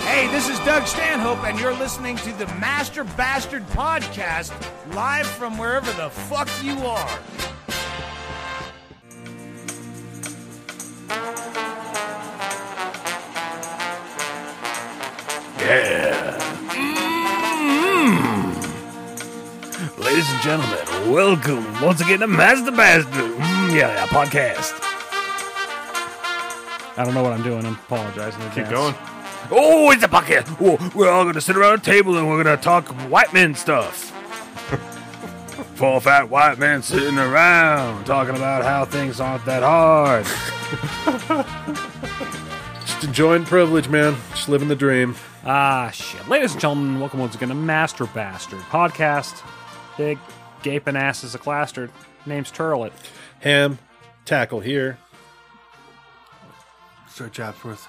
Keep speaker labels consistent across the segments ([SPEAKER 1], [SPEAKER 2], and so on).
[SPEAKER 1] Hey, this is Doug Stanhope, and you're listening to the Master Bastard Podcast live from wherever the fuck you are.
[SPEAKER 2] Ladies and gentlemen, welcome once again to Master Bastard. Mm, yeah, yeah, podcast. I don't know what I'm doing. I'm apologizing. Keep
[SPEAKER 3] going.
[SPEAKER 2] Oh, it's a podcast. Oh, we're all going to sit around a table and we're going to talk white men stuff. Four fat white men sitting around talking about how things aren't that hard.
[SPEAKER 3] Just enjoying privilege, man. Just living the dream.
[SPEAKER 2] Ah, shit. Ladies and gentlemen, welcome once again to Master Bastard podcast. Big gaping ass is a clastered. Name's Turlet.
[SPEAKER 3] Ham, tackle here.
[SPEAKER 4] Sir Chapsworth.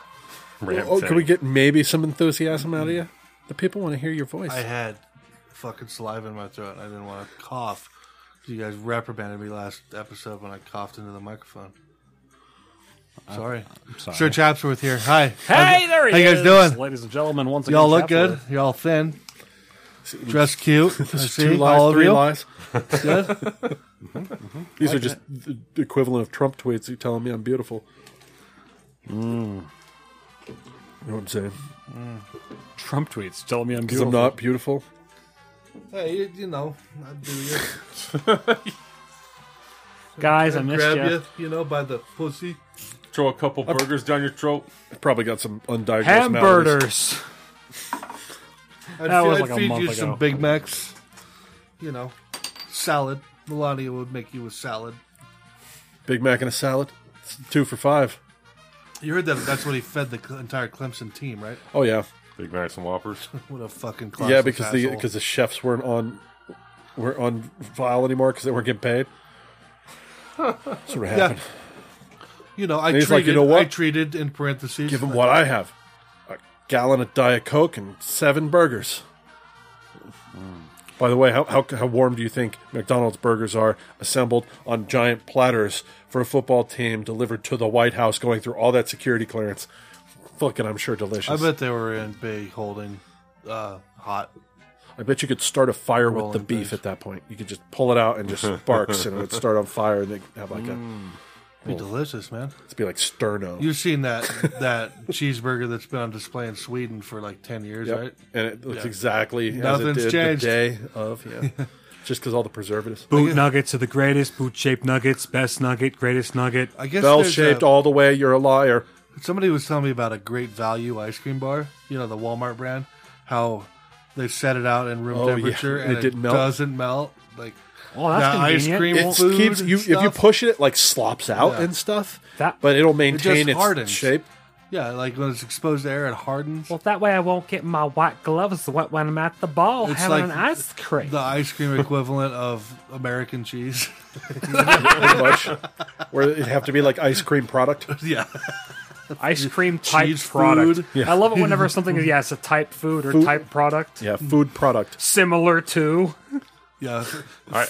[SPEAKER 3] Oh, can we get maybe some enthusiasm out of you? The people want to hear your voice.
[SPEAKER 4] I had fucking saliva in my throat and I didn't want to cough. You guys reprimanded me last episode when I coughed into the microphone. Sorry.
[SPEAKER 2] sorry.
[SPEAKER 4] Sir Chapsworth here. Hi.
[SPEAKER 2] Hey, there he
[SPEAKER 4] How you
[SPEAKER 2] is.
[SPEAKER 4] guys doing?
[SPEAKER 2] Ladies and gentlemen, once again,
[SPEAKER 4] Y'all look good.
[SPEAKER 2] Chapsworth.
[SPEAKER 4] Y'all thin. Dressed cute. I see.
[SPEAKER 3] Two
[SPEAKER 4] All
[SPEAKER 3] lies,
[SPEAKER 4] of
[SPEAKER 3] three
[SPEAKER 4] you.
[SPEAKER 3] lies.
[SPEAKER 4] Good.
[SPEAKER 3] These are just the the equivalent of Trump tweets. You telling me I'm beautiful? You know what I'm saying?
[SPEAKER 2] Trump tweets telling me I'm
[SPEAKER 3] Because
[SPEAKER 2] beautiful.
[SPEAKER 3] I'm not beautiful.
[SPEAKER 4] hey, you, you know, I do you.
[SPEAKER 2] Guys, I
[SPEAKER 4] I
[SPEAKER 2] missed
[SPEAKER 4] grab
[SPEAKER 2] you.
[SPEAKER 4] you, you know, by the pussy.
[SPEAKER 5] Throw a couple burgers down your throat.
[SPEAKER 3] I've probably got some undiagnosed maladies.
[SPEAKER 2] Hamburgers.
[SPEAKER 4] I'd,
[SPEAKER 2] That
[SPEAKER 4] feed-
[SPEAKER 2] was
[SPEAKER 4] I'd
[SPEAKER 2] like a
[SPEAKER 4] feed
[SPEAKER 2] month
[SPEAKER 4] you
[SPEAKER 2] ago.
[SPEAKER 4] some Big Macs. You know, salad. Melania would make you a salad.
[SPEAKER 3] Big Mac and a salad. It's two for five.
[SPEAKER 4] You heard that that's what he fed the Cle- entire Clemson team, right?
[SPEAKER 3] Oh yeah,
[SPEAKER 5] Big Macs and Whoppers.
[SPEAKER 4] What a fucking
[SPEAKER 3] yeah.
[SPEAKER 4] classless
[SPEAKER 3] Because the
[SPEAKER 4] asshole.
[SPEAKER 3] because the chefs weren't on weren't on file anymore because they weren't getting paid. That's what
[SPEAKER 4] yeah,
[SPEAKER 3] happened.
[SPEAKER 4] you know, I
[SPEAKER 3] And he's
[SPEAKER 4] treated,
[SPEAKER 3] like, you know what?
[SPEAKER 4] I treated in parentheses.
[SPEAKER 3] Give them what I have: a gallon of Diet Coke and seven burgers. By the way, how, how how warm do you think McDonald's burgers are assembled on giant platters for a football team delivered to the White House, going through all that security clearance? Fucking, I'm sure delicious.
[SPEAKER 4] I bet they were in big holding, uh, hot.
[SPEAKER 3] I bet you could start a fire with the
[SPEAKER 4] Rolling
[SPEAKER 3] beef
[SPEAKER 4] dice.
[SPEAKER 3] at that point. You could just pull it out and just sparks, and it would start on fire, and they have like
[SPEAKER 4] Mm. Be delicious, man.
[SPEAKER 3] a it'd be like sterno.
[SPEAKER 4] You've seen that that cheeseburger that's been on display in Sweden for like ten years,
[SPEAKER 3] Yep.
[SPEAKER 4] right?
[SPEAKER 3] And it looks exactly as
[SPEAKER 4] Nothing's
[SPEAKER 3] it did
[SPEAKER 4] changed.
[SPEAKER 3] the day of. Yeah, just because all the preservatives.
[SPEAKER 6] Boot nuggets are the greatest. Boot shaped nuggets, best nugget, greatest nugget.
[SPEAKER 4] I guess
[SPEAKER 3] Bell
[SPEAKER 4] there's
[SPEAKER 3] shaped
[SPEAKER 4] a-
[SPEAKER 3] all the way. You're a liar.
[SPEAKER 4] Somebody was telling me about a great value ice cream bar, you know, the Walmart brand, how they set it out in room
[SPEAKER 3] Oh, yeah.
[SPEAKER 4] temperature
[SPEAKER 3] And
[SPEAKER 4] and
[SPEAKER 3] it
[SPEAKER 4] it,
[SPEAKER 3] didn't melt?
[SPEAKER 4] doesn't melt. Like
[SPEAKER 2] Well, that's
[SPEAKER 4] the ice
[SPEAKER 2] convenient.
[SPEAKER 4] cream
[SPEAKER 3] It
[SPEAKER 4] food
[SPEAKER 3] keeps
[SPEAKER 4] and
[SPEAKER 3] you if you
[SPEAKER 4] stuff.
[SPEAKER 3] push it, it like slops out
[SPEAKER 4] Yeah.
[SPEAKER 3] and stuff.
[SPEAKER 2] That-
[SPEAKER 3] but it'll maintain its
[SPEAKER 4] hardens.
[SPEAKER 3] shape.
[SPEAKER 4] Yeah, like when it's exposed to air, it hardens.
[SPEAKER 2] Well, that way I won't get my white gloves wet when I'm at the ball
[SPEAKER 4] It's
[SPEAKER 2] Oh, having
[SPEAKER 4] like
[SPEAKER 2] an ice cream.
[SPEAKER 4] the ice cream equivalent of American cheese.
[SPEAKER 3] Pretty much, where it'd have to be like ice cream product.
[SPEAKER 4] yeah,
[SPEAKER 2] ice cream type
[SPEAKER 4] cheese
[SPEAKER 2] product.
[SPEAKER 4] food.
[SPEAKER 2] I love it whenever something is, yeah, it's a type food or
[SPEAKER 3] Food.
[SPEAKER 2] type product.
[SPEAKER 3] Yeah, food product.
[SPEAKER 2] Similar to,
[SPEAKER 4] yeah. F-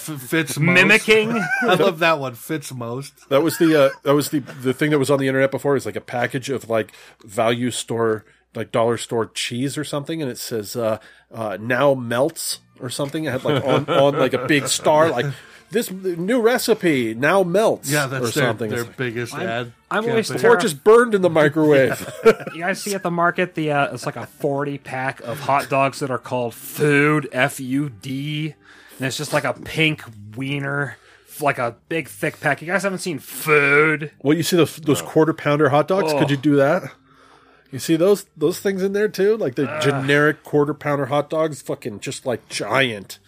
[SPEAKER 4] fits most.
[SPEAKER 2] mimicking.
[SPEAKER 4] I love that one. Fits most.
[SPEAKER 3] That was the uh, that was the the thing that was on the internet before. It's like a package of like value store like dollar store cheese or something, and it says uh, uh, now melts or something. It had like on, on like a big star like this new recipe now melts.
[SPEAKER 4] Yeah,
[SPEAKER 3] or
[SPEAKER 4] that's their,
[SPEAKER 3] something.
[SPEAKER 4] their
[SPEAKER 3] It's like-
[SPEAKER 4] biggest ad.
[SPEAKER 2] I'm always
[SPEAKER 4] campaign.
[SPEAKER 3] or it just burned in the microwave.
[SPEAKER 2] you guys see at the market the uh, it's like a 40 pack of hot dogs that are called food f-u-d and it's just like a pink wiener f- like a big thick pack you guys haven't seen food
[SPEAKER 3] well, you see those those quarter pounder hot dogs? Could you do that? You see those those things in there too, like the
[SPEAKER 4] Ah.
[SPEAKER 3] generic quarter pounder hot dogs, fucking just like giant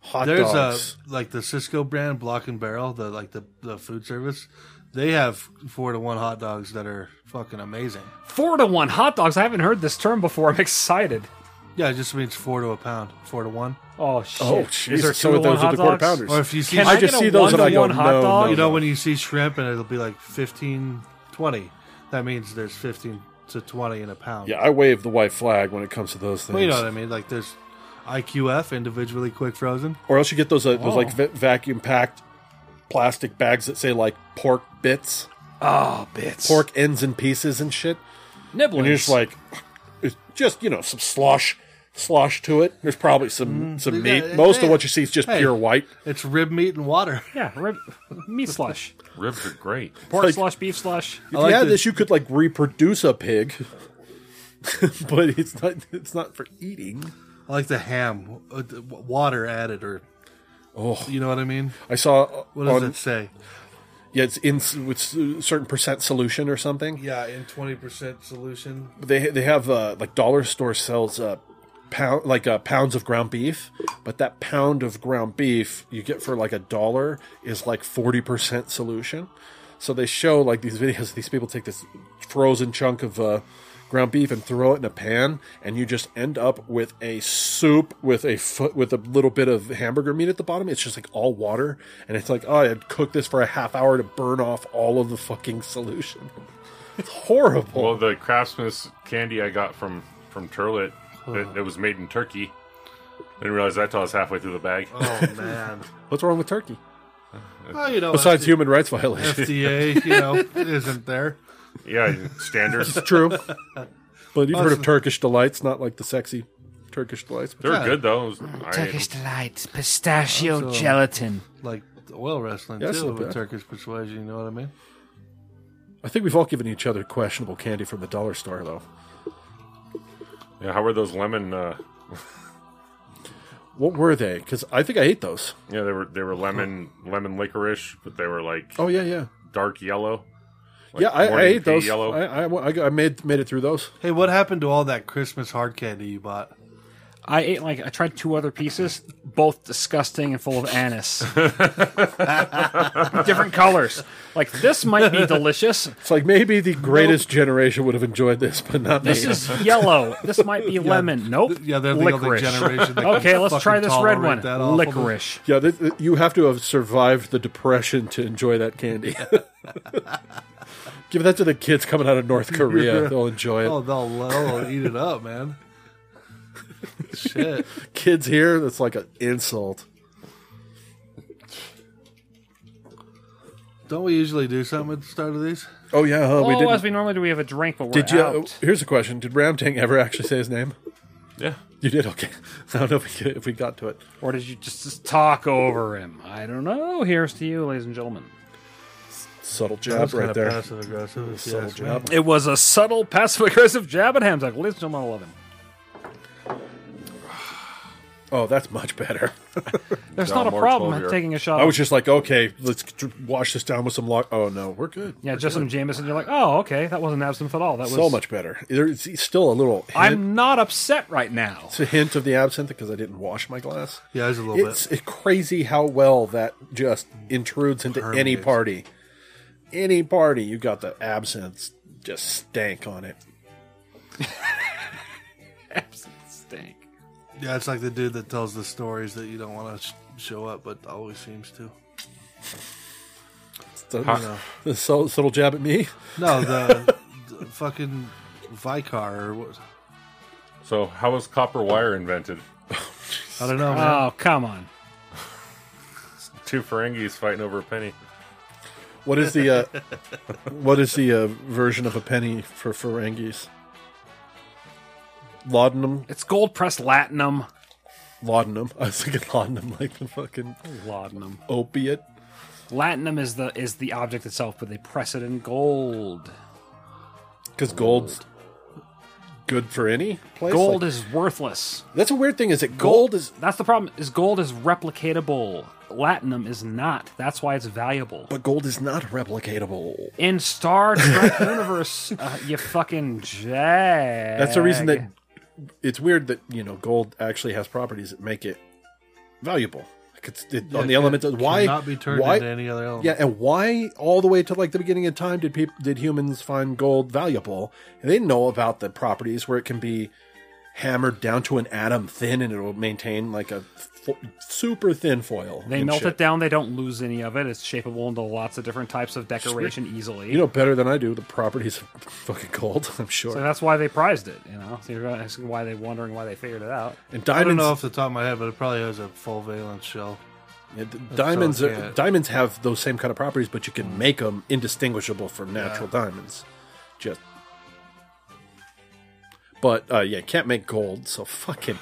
[SPEAKER 3] hot
[SPEAKER 4] There's
[SPEAKER 3] dogs.
[SPEAKER 4] a like the Cisco brand Block and Barrel, the like the, the food service. They have four to one hot dogs that are fucking amazing.
[SPEAKER 2] four to one hot dogs i haven't heard this term before i'm excited
[SPEAKER 4] Yeah, it just means four to a pound, four to one.
[SPEAKER 2] oh shit
[SPEAKER 3] Oh,
[SPEAKER 2] Is there
[SPEAKER 3] jeez.
[SPEAKER 2] two
[SPEAKER 3] So
[SPEAKER 2] to one
[SPEAKER 3] those are the
[SPEAKER 2] hot
[SPEAKER 3] quarter
[SPEAKER 2] dogs?
[SPEAKER 3] pounders.
[SPEAKER 4] Or if you see,
[SPEAKER 2] Can
[SPEAKER 3] I
[SPEAKER 2] I
[SPEAKER 3] just
[SPEAKER 2] get a
[SPEAKER 3] see those and I go,
[SPEAKER 2] one-to-one hot
[SPEAKER 3] no,
[SPEAKER 2] dog?
[SPEAKER 3] no,
[SPEAKER 4] you know when you see shrimp and it'll be like 15, 20. That means there's fifteen to twenty in a pound.
[SPEAKER 3] Yeah, I wave the white flag when it comes to those things.
[SPEAKER 4] well, you know what I mean. Like there's IQF individually quick frozen.
[SPEAKER 3] Or else you get those uh, those
[SPEAKER 4] oh.
[SPEAKER 3] like va- vacuum packed plastic bags that say like pork bits,
[SPEAKER 2] oh bits
[SPEAKER 3] pork ends and pieces and shit.
[SPEAKER 2] nibblings
[SPEAKER 3] And you're just like, is just you know some slosh slosh to it. There's probably some some
[SPEAKER 4] Mm-hmm. Yeah,
[SPEAKER 3] meat.
[SPEAKER 4] yeah,
[SPEAKER 3] Most
[SPEAKER 4] yeah.
[SPEAKER 3] of what you see is just
[SPEAKER 4] Hey.
[SPEAKER 3] pure white.
[SPEAKER 4] It's rib meat and water.
[SPEAKER 2] Yeah, rib, meat slush,
[SPEAKER 5] Ribs are great.
[SPEAKER 2] pork
[SPEAKER 3] Like-
[SPEAKER 2] slush, beef slush.
[SPEAKER 3] If
[SPEAKER 4] like
[SPEAKER 3] you had
[SPEAKER 4] the-
[SPEAKER 3] this, you could like reproduce a pig, but it's not it's not for eating.
[SPEAKER 4] I like the ham, uh, the w- water added, or oh, you know what I mean.
[SPEAKER 3] I saw
[SPEAKER 4] What does
[SPEAKER 3] on-
[SPEAKER 4] it say?
[SPEAKER 3] yeah, it's in s- with s- certain percent solution or something.
[SPEAKER 4] Yeah, in twenty percent solution.
[SPEAKER 3] They they have uh, like dollar store sells uh, pound like uh, pounds of ground beef, but that pound of ground beef you get for like a dollar is like forty percent solution. So they show like these videos. These people take this frozen chunk of uh, ground beef and throw it in a pan, and you just end up with a soup with a foot with a little bit of hamburger meat at the bottom. It's just like all water, and it's like oh, I cooked this for a half hour to burn off all of the fucking solution. It's horrible.
[SPEAKER 5] Well, the Craftsman's candy I got from from Turlet that, that was made in Turkey. I didn't realize that till I was halfway through the bag.
[SPEAKER 4] Oh man.
[SPEAKER 3] What's wrong with Turkey?
[SPEAKER 4] well, you know,
[SPEAKER 3] Besides
[SPEAKER 4] F-
[SPEAKER 3] human rights violations.
[SPEAKER 4] FDA, you know, isn't there?
[SPEAKER 5] Yeah, standards.
[SPEAKER 3] True. But you've heard
[SPEAKER 4] Awesome.
[SPEAKER 3] of Turkish delights, not like the sexy Turkish delights.
[SPEAKER 5] They were good though. It was- I ate 'em.
[SPEAKER 1] Turkish delight, pistachio gelatin.
[SPEAKER 4] Like the oil wrestling
[SPEAKER 3] Yes,
[SPEAKER 4] too,
[SPEAKER 3] not
[SPEAKER 4] with
[SPEAKER 3] bad.
[SPEAKER 4] Turkish persuasion. You know what I mean?
[SPEAKER 3] I think we've all given each other questionable candy from the dollar store, though.
[SPEAKER 5] Yeah, how were those lemon? Uh,
[SPEAKER 3] What were they? Because I think I ate those.
[SPEAKER 5] yeah, they were they were lemon lemon licorice, but they were like
[SPEAKER 3] Oh yeah, yeah,
[SPEAKER 5] dark yellow. Like
[SPEAKER 3] yeah. I, I
[SPEAKER 5] morning
[SPEAKER 3] ate
[SPEAKER 5] pea
[SPEAKER 3] those.
[SPEAKER 5] Yellow.
[SPEAKER 3] I, I, I made made it through those.
[SPEAKER 4] Hey, what happened to all that Christmas hard candy you bought?
[SPEAKER 2] I ate like I tried two other pieces, both disgusting and full of anise. Different colors. Like this might be delicious.
[SPEAKER 3] It's like maybe the greatest generation would have enjoyed this, but not me.
[SPEAKER 2] This is yellow. This might be lemon. Nope.
[SPEAKER 4] Yeah, they're the
[SPEAKER 2] licorice.
[SPEAKER 4] only generation. That
[SPEAKER 2] okay,
[SPEAKER 4] can
[SPEAKER 2] let's
[SPEAKER 4] fucking
[SPEAKER 2] try this red
[SPEAKER 4] tolerate
[SPEAKER 2] one.
[SPEAKER 4] that awful-
[SPEAKER 2] Licorice.
[SPEAKER 3] yeah, th- th- you have to have survived the depression to enjoy that candy. Give that to the kids coming out of North Korea; they'll enjoy it.
[SPEAKER 4] Oh, they'll, they'll eat it up, man. Shit.
[SPEAKER 3] Kids here, that's like an insult.
[SPEAKER 4] Don't we usually do something at the start of these?
[SPEAKER 3] Oh yeah, huh, we
[SPEAKER 2] oh,
[SPEAKER 3] didn't.
[SPEAKER 2] as we normally do, we have a drink, but we're
[SPEAKER 3] Did you? uh,
[SPEAKER 2] out.
[SPEAKER 3] Here's a question: Did Ramtang ever actually say his name?
[SPEAKER 5] yeah,
[SPEAKER 3] You did. Okay. I don't know if we, get- if we got to it.
[SPEAKER 2] Or did you just, just talk over him? I don't know. Here's to you, ladies and gentlemen.
[SPEAKER 3] Subtle
[SPEAKER 4] That's
[SPEAKER 3] jab right there.
[SPEAKER 4] Passive aggressive. if you
[SPEAKER 3] Subtle
[SPEAKER 4] ask me.
[SPEAKER 3] jab.
[SPEAKER 2] It was a subtle, passive aggressive jab at him. It's Like, ladies and gentlemen, I love him.
[SPEAKER 3] Oh, that's much better.
[SPEAKER 2] There's
[SPEAKER 5] John
[SPEAKER 2] not a
[SPEAKER 5] Moore,
[SPEAKER 2] problem. I'm
[SPEAKER 5] 12-year.
[SPEAKER 2] taking a shot.
[SPEAKER 3] I was just like, okay, let's tr- wash this down with some lock. Oh no, we're good.
[SPEAKER 2] yeah, just some Jameson. You're like, oh, okay, that wasn't absinthe at all. That was
[SPEAKER 3] So much better. There's still a little hint,
[SPEAKER 2] I'm not upset right now.
[SPEAKER 3] it's a hint of the absinthe because I didn't wash my glass.
[SPEAKER 4] Yeah, it's a little
[SPEAKER 3] It's it- crazy how well that just intrudes into any
[SPEAKER 4] Permeates.
[SPEAKER 3] party. Any party, you got the absinthe just stank on it.
[SPEAKER 2] Stink.
[SPEAKER 4] bit. Yeah, it's like the dude that tells the stories that you don't want to sh- show up, but always seems to.
[SPEAKER 3] So, the subtle subtle jab at me.
[SPEAKER 4] No, the, the fucking Vicar or what?
[SPEAKER 5] So how was copper wire invented?
[SPEAKER 4] I don't know, man.
[SPEAKER 2] Oh, come on.
[SPEAKER 5] Two Ferengis fighting over a penny.
[SPEAKER 3] What is the uh, what is the uh, version of a penny for Ferengis? Laudanum,
[SPEAKER 2] It's gold pressed latinum.
[SPEAKER 3] laudanum. I was thinking laudanum, like the fucking
[SPEAKER 2] Laudanum.
[SPEAKER 3] opiate.
[SPEAKER 2] Latinum is the is the object itself, but they press it in gold.
[SPEAKER 3] Because gold's good for any place.
[SPEAKER 2] Gold
[SPEAKER 3] Like,
[SPEAKER 2] is worthless.
[SPEAKER 3] that's a weird thing. Is that gold is,
[SPEAKER 2] That's the problem. Is gold is replicatable. Latinum is not. That's why it's valuable.
[SPEAKER 3] but gold is not replicatable.
[SPEAKER 2] In Star Trek universe, uh, you fucking jag.
[SPEAKER 3] That's the reason that it's weird that you know gold actually has properties that make it valuable. Like it's it, on the element of why
[SPEAKER 4] Not be turned
[SPEAKER 3] why,
[SPEAKER 4] into any other element.
[SPEAKER 3] Yeah, and why all the way to like the beginning of time did people did humans find gold valuable? And they didn't know about the properties where it can be hammered down to an atom thin and it'll maintain like a fo- super thin foil.
[SPEAKER 2] They
[SPEAKER 3] and
[SPEAKER 2] melt
[SPEAKER 3] shit.
[SPEAKER 2] it down. They don't lose any of it. It's shapeable into lots of different types of decoration easily.
[SPEAKER 3] You know better than I do the properties of fucking gold. I'm sure.
[SPEAKER 2] so that's why they prized it. You know, so you're asking why they wondering why they figured it out.
[SPEAKER 3] and
[SPEAKER 4] I don't
[SPEAKER 3] diamonds,
[SPEAKER 4] know off the top of my head, but it probably has a full valence shell.
[SPEAKER 3] yeah, d- diamonds,
[SPEAKER 4] so,
[SPEAKER 3] are-
[SPEAKER 4] yeah. Mm.
[SPEAKER 3] diamonds have those same kind of properties, but you can make them indistinguishable from natural diamonds. Just But uh, yeah, can't make gold. So fucking,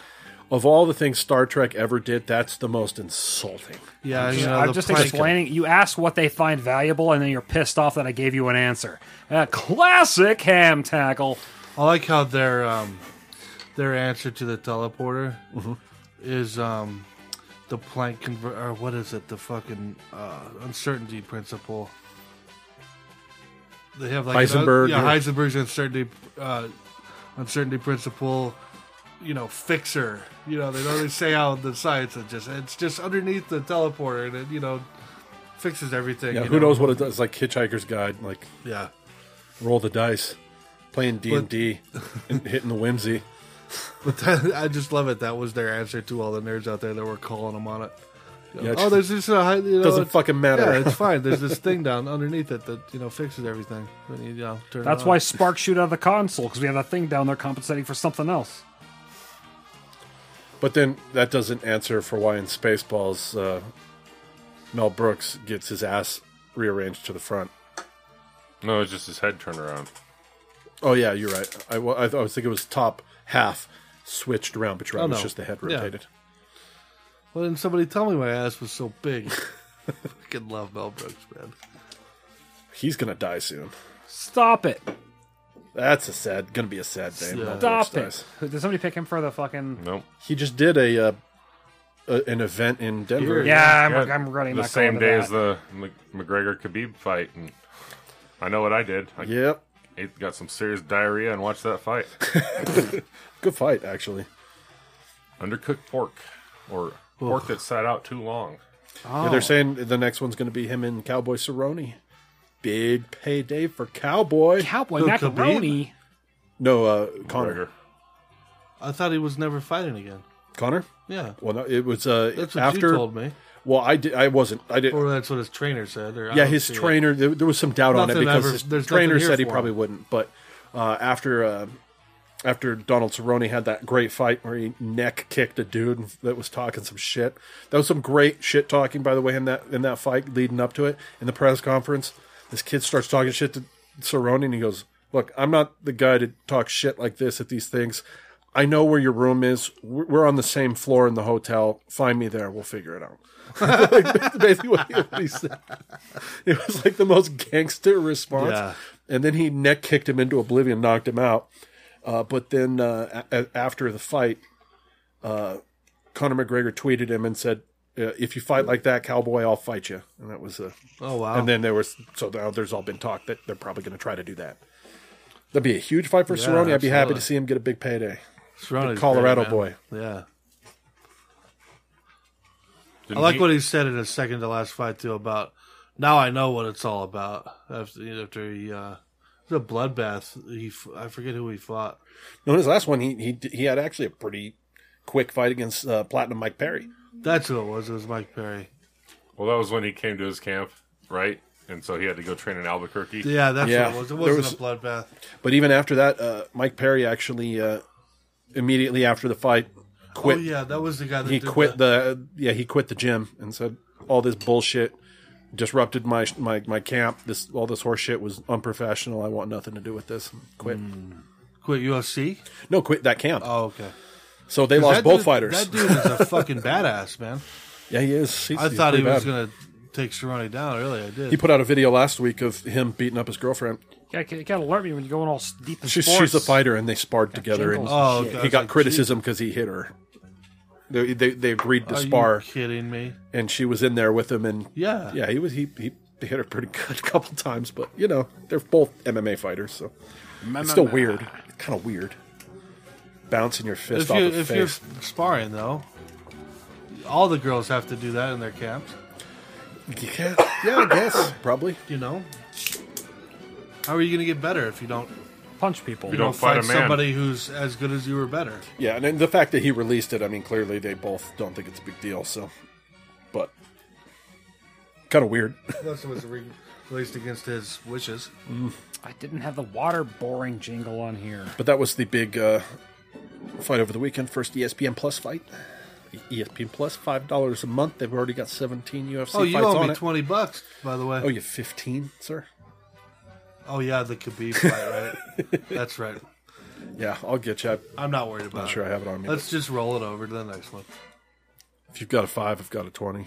[SPEAKER 3] of all the things Star Trek ever did, that's the most insulting.
[SPEAKER 4] Yeah, you know,
[SPEAKER 2] I'm
[SPEAKER 4] the
[SPEAKER 2] just
[SPEAKER 4] plank-
[SPEAKER 2] explaining. You asked what they find valuable, and then you're pissed off that I gave you an answer. Uh, classic ham tackle.
[SPEAKER 4] I like how their um, their answer to the teleporter
[SPEAKER 3] Mm-hmm.
[SPEAKER 4] is um, the Planck conver- or what is it? The fucking uh, uncertainty principle. They have like an-
[SPEAKER 3] Heisenberg,
[SPEAKER 4] yeah,
[SPEAKER 3] yeah.
[SPEAKER 4] Heisenberg's uncertainty uh, uncertainty principle. You know, fixer. You know, they don't really say how the science is just it's just underneath the teleporter, and it you know fixes everything.
[SPEAKER 3] Yeah,
[SPEAKER 4] you
[SPEAKER 3] who
[SPEAKER 4] know?
[SPEAKER 3] knows what it does? Like Hitchhiker's Guide, like
[SPEAKER 4] Yeah.
[SPEAKER 3] roll the dice, playing D and D, and hitting the whimsy.
[SPEAKER 4] I just love it. That was their answer to all the nerds out there that were calling them on it.
[SPEAKER 3] Yeah, it
[SPEAKER 4] oh, there's this. Uh, hi- you know,
[SPEAKER 3] doesn't
[SPEAKER 4] it's-
[SPEAKER 3] fucking matter.
[SPEAKER 4] Yeah, it's fine. There's this thing down underneath it that you know fixes everything. When you, you know, turn it
[SPEAKER 2] That's
[SPEAKER 4] on.
[SPEAKER 2] why sparks shoot out of the console because we have that thing down there compensating for something else.
[SPEAKER 3] But then that doesn't answer for why in Spaceballs uh, Mel Brooks gets his ass rearranged to the front.
[SPEAKER 5] No, it's just his head turned around.
[SPEAKER 3] Oh yeah, you're right. I, wa- I, th- I was thinking it was top half switched around, but you're right.
[SPEAKER 4] Oh,
[SPEAKER 3] it was
[SPEAKER 4] no.
[SPEAKER 3] just the head
[SPEAKER 4] Yeah.
[SPEAKER 3] rotated.
[SPEAKER 4] Well, didn't somebody tell me my ass was so big? Fucking love Mel Brooks, man.
[SPEAKER 3] He's gonna die soon.
[SPEAKER 2] Stop it!
[SPEAKER 3] That's a sad. Gonna be a sad day. Mel Brooks
[SPEAKER 2] Stop
[SPEAKER 3] dies.
[SPEAKER 2] it! Did somebody pick him for the fucking?
[SPEAKER 5] Nope.
[SPEAKER 3] He just did a, uh, a an event in Denver.
[SPEAKER 2] Yeah, I'm,
[SPEAKER 5] Yeah,
[SPEAKER 2] I'm running.
[SPEAKER 5] the
[SPEAKER 2] not
[SPEAKER 5] same
[SPEAKER 2] going to
[SPEAKER 5] day
[SPEAKER 2] that.
[SPEAKER 5] as the Mc- McGregor Khabib fight, and I know what I did. I
[SPEAKER 3] Yep.
[SPEAKER 5] ate, got some serious diarrhea and watched that fight.
[SPEAKER 3] Good fight, actually.
[SPEAKER 5] Undercooked pork, or pork that sat out too long.
[SPEAKER 3] Yeah,
[SPEAKER 4] Oh.
[SPEAKER 3] they're saying the next one's going to be him and Cowboy Cerrone. Big payday for Cowboy.
[SPEAKER 2] cowboy
[SPEAKER 4] Who, Khabib?
[SPEAKER 2] macaroni.
[SPEAKER 3] no, uh, Connor.
[SPEAKER 5] McGregor.
[SPEAKER 4] I thought he was never fighting again.
[SPEAKER 3] Connor.
[SPEAKER 4] Yeah,
[SPEAKER 3] Well, no, it was uh,
[SPEAKER 4] that's what
[SPEAKER 3] after.
[SPEAKER 4] you told me,
[SPEAKER 3] Well, I did. I wasn't. I did.
[SPEAKER 4] or that's what his trainer said. Or I
[SPEAKER 3] yeah,
[SPEAKER 4] don't
[SPEAKER 3] his
[SPEAKER 4] see it.
[SPEAKER 3] trainer. There, there was some doubt on it
[SPEAKER 4] Nothing
[SPEAKER 3] because
[SPEAKER 4] ever-
[SPEAKER 3] his
[SPEAKER 4] there's
[SPEAKER 3] trainer
[SPEAKER 4] nothing here
[SPEAKER 3] said he
[SPEAKER 4] for
[SPEAKER 3] probably
[SPEAKER 4] him.
[SPEAKER 3] wouldn't. But uh, after uh, after Donald Cerrone had that great fight where he neck kicked a dude that was talking some shit. That was some great shit talking, by the way, in that in that fight leading up to it in the press conference. This kid starts talking shit to Cerrone, and he goes, "Look, I'm not the guy to talk shit like this at these things." I know where your room is. We're we're on the same floor in the hotel. Find me there. We'll figure it out. That's basically what he, what he said. It was like the most gangster response.
[SPEAKER 4] Yeah.
[SPEAKER 3] And then he neck kicked him into oblivion, knocked him out. Uh, but then uh, a- a- after the fight, uh, Conor McGregor tweeted him and said, uh, "If you fight like that, cowboy, I'll fight you." And that was. Uh,
[SPEAKER 4] Oh wow.
[SPEAKER 3] And then there was so now there's all been talk that they're probably going to try to do that. That'd be a huge fight for Cerrone. I'd be happy
[SPEAKER 4] absolutely.
[SPEAKER 3] to see him get a big payday.
[SPEAKER 4] Cerrone's
[SPEAKER 3] Colorado
[SPEAKER 4] great,
[SPEAKER 3] boy.
[SPEAKER 4] man. Yeah.
[SPEAKER 5] Didn't
[SPEAKER 4] I like
[SPEAKER 5] he-
[SPEAKER 4] what he said in his second to last fight too about now I know what it's all about after after he uh it was a bloodbath he f- I forget who he fought
[SPEAKER 3] No, in his last one, he he he had actually a pretty quick fight against uh, Platinum Mike Perry.
[SPEAKER 4] that's who it was it was Mike Perry
[SPEAKER 5] Well, that was when he came to his camp, right? And so he had to go train in Albuquerque.
[SPEAKER 4] yeah that's
[SPEAKER 3] Yeah,
[SPEAKER 4] what it was it
[SPEAKER 3] there
[SPEAKER 4] wasn't
[SPEAKER 3] was-
[SPEAKER 4] a bloodbath
[SPEAKER 3] But even after that, uh, Mike Perry actually uh, immediately after the fight quit.
[SPEAKER 4] oh yeah that was the guy that
[SPEAKER 3] He
[SPEAKER 4] did
[SPEAKER 3] quit the yeah he quit the gym and said all this bullshit disrupted my my my camp. This all this horse shit was unprofessional. I want nothing to do with this. Quit.
[SPEAKER 4] Mm. quit UFC
[SPEAKER 3] No, quit that camp.
[SPEAKER 4] oh okay
[SPEAKER 3] so they lost
[SPEAKER 4] That
[SPEAKER 3] both
[SPEAKER 4] dude-
[SPEAKER 3] fighters.
[SPEAKER 4] that dude is a fucking badass man
[SPEAKER 3] yeah, he is. He's,
[SPEAKER 4] I
[SPEAKER 3] he's
[SPEAKER 4] thought he
[SPEAKER 3] pretty
[SPEAKER 4] was
[SPEAKER 3] bad.
[SPEAKER 4] gonna take Cerrone down really I did
[SPEAKER 3] He put out a video last week of him beating up his girlfriend.
[SPEAKER 2] You gotta, you gotta alert me when you're going all s- deep in
[SPEAKER 3] She's,
[SPEAKER 2] sports.
[SPEAKER 3] she's a fighter, and they sparred together. And
[SPEAKER 2] jingles.
[SPEAKER 4] oh
[SPEAKER 2] Shit.
[SPEAKER 4] okay. I
[SPEAKER 3] he
[SPEAKER 4] was
[SPEAKER 3] got
[SPEAKER 4] like,
[SPEAKER 3] criticism because he hit her. They they, they agreed to
[SPEAKER 4] "Are you
[SPEAKER 3] spar,
[SPEAKER 4] kidding me
[SPEAKER 3] and she was in there with him, and
[SPEAKER 4] Yeah.
[SPEAKER 3] yeah, he was he he hit her pretty good a couple times, but you know they're both MMA fighters, so it's still weird, kind of weird, bouncing your fist
[SPEAKER 4] if
[SPEAKER 3] off
[SPEAKER 4] you
[SPEAKER 3] the
[SPEAKER 4] if you're
[SPEAKER 3] face.
[SPEAKER 4] sparring though, all the girls have to do that in their camps.
[SPEAKER 3] Yeah, yeah, I guess probably.
[SPEAKER 4] You know, how are you going to get better if you don't
[SPEAKER 2] punch people.
[SPEAKER 5] You don't fight a man.
[SPEAKER 4] somebody who's as good as you or better?
[SPEAKER 3] Yeah, and then the fact that he released it, I mean, clearly they both don't think it's a big deal, so, but kind of weird.
[SPEAKER 4] Unless it was re- released against his wishes.
[SPEAKER 2] I didn't have the water boring jingle on here.
[SPEAKER 3] But that was the big uh, fight over the weekend. First E ESPN Plus fight. E, ESPN Plus, five dollars a month. They've already got seventeen UFC
[SPEAKER 4] Oh, you
[SPEAKER 3] fights
[SPEAKER 4] owe
[SPEAKER 3] on
[SPEAKER 4] me
[SPEAKER 3] it.
[SPEAKER 4] twenty bucks, by the way.
[SPEAKER 3] oh, you fifteen, sir.
[SPEAKER 4] Oh yeah, the Khabib fight, right? That's right.
[SPEAKER 3] Yeah, I'll get you. I'm
[SPEAKER 4] I'm not worried about
[SPEAKER 3] not
[SPEAKER 4] it.
[SPEAKER 3] sure I have it on me.
[SPEAKER 4] Let's just roll it over to the next one.
[SPEAKER 3] If you've got a five, I've got a twenty.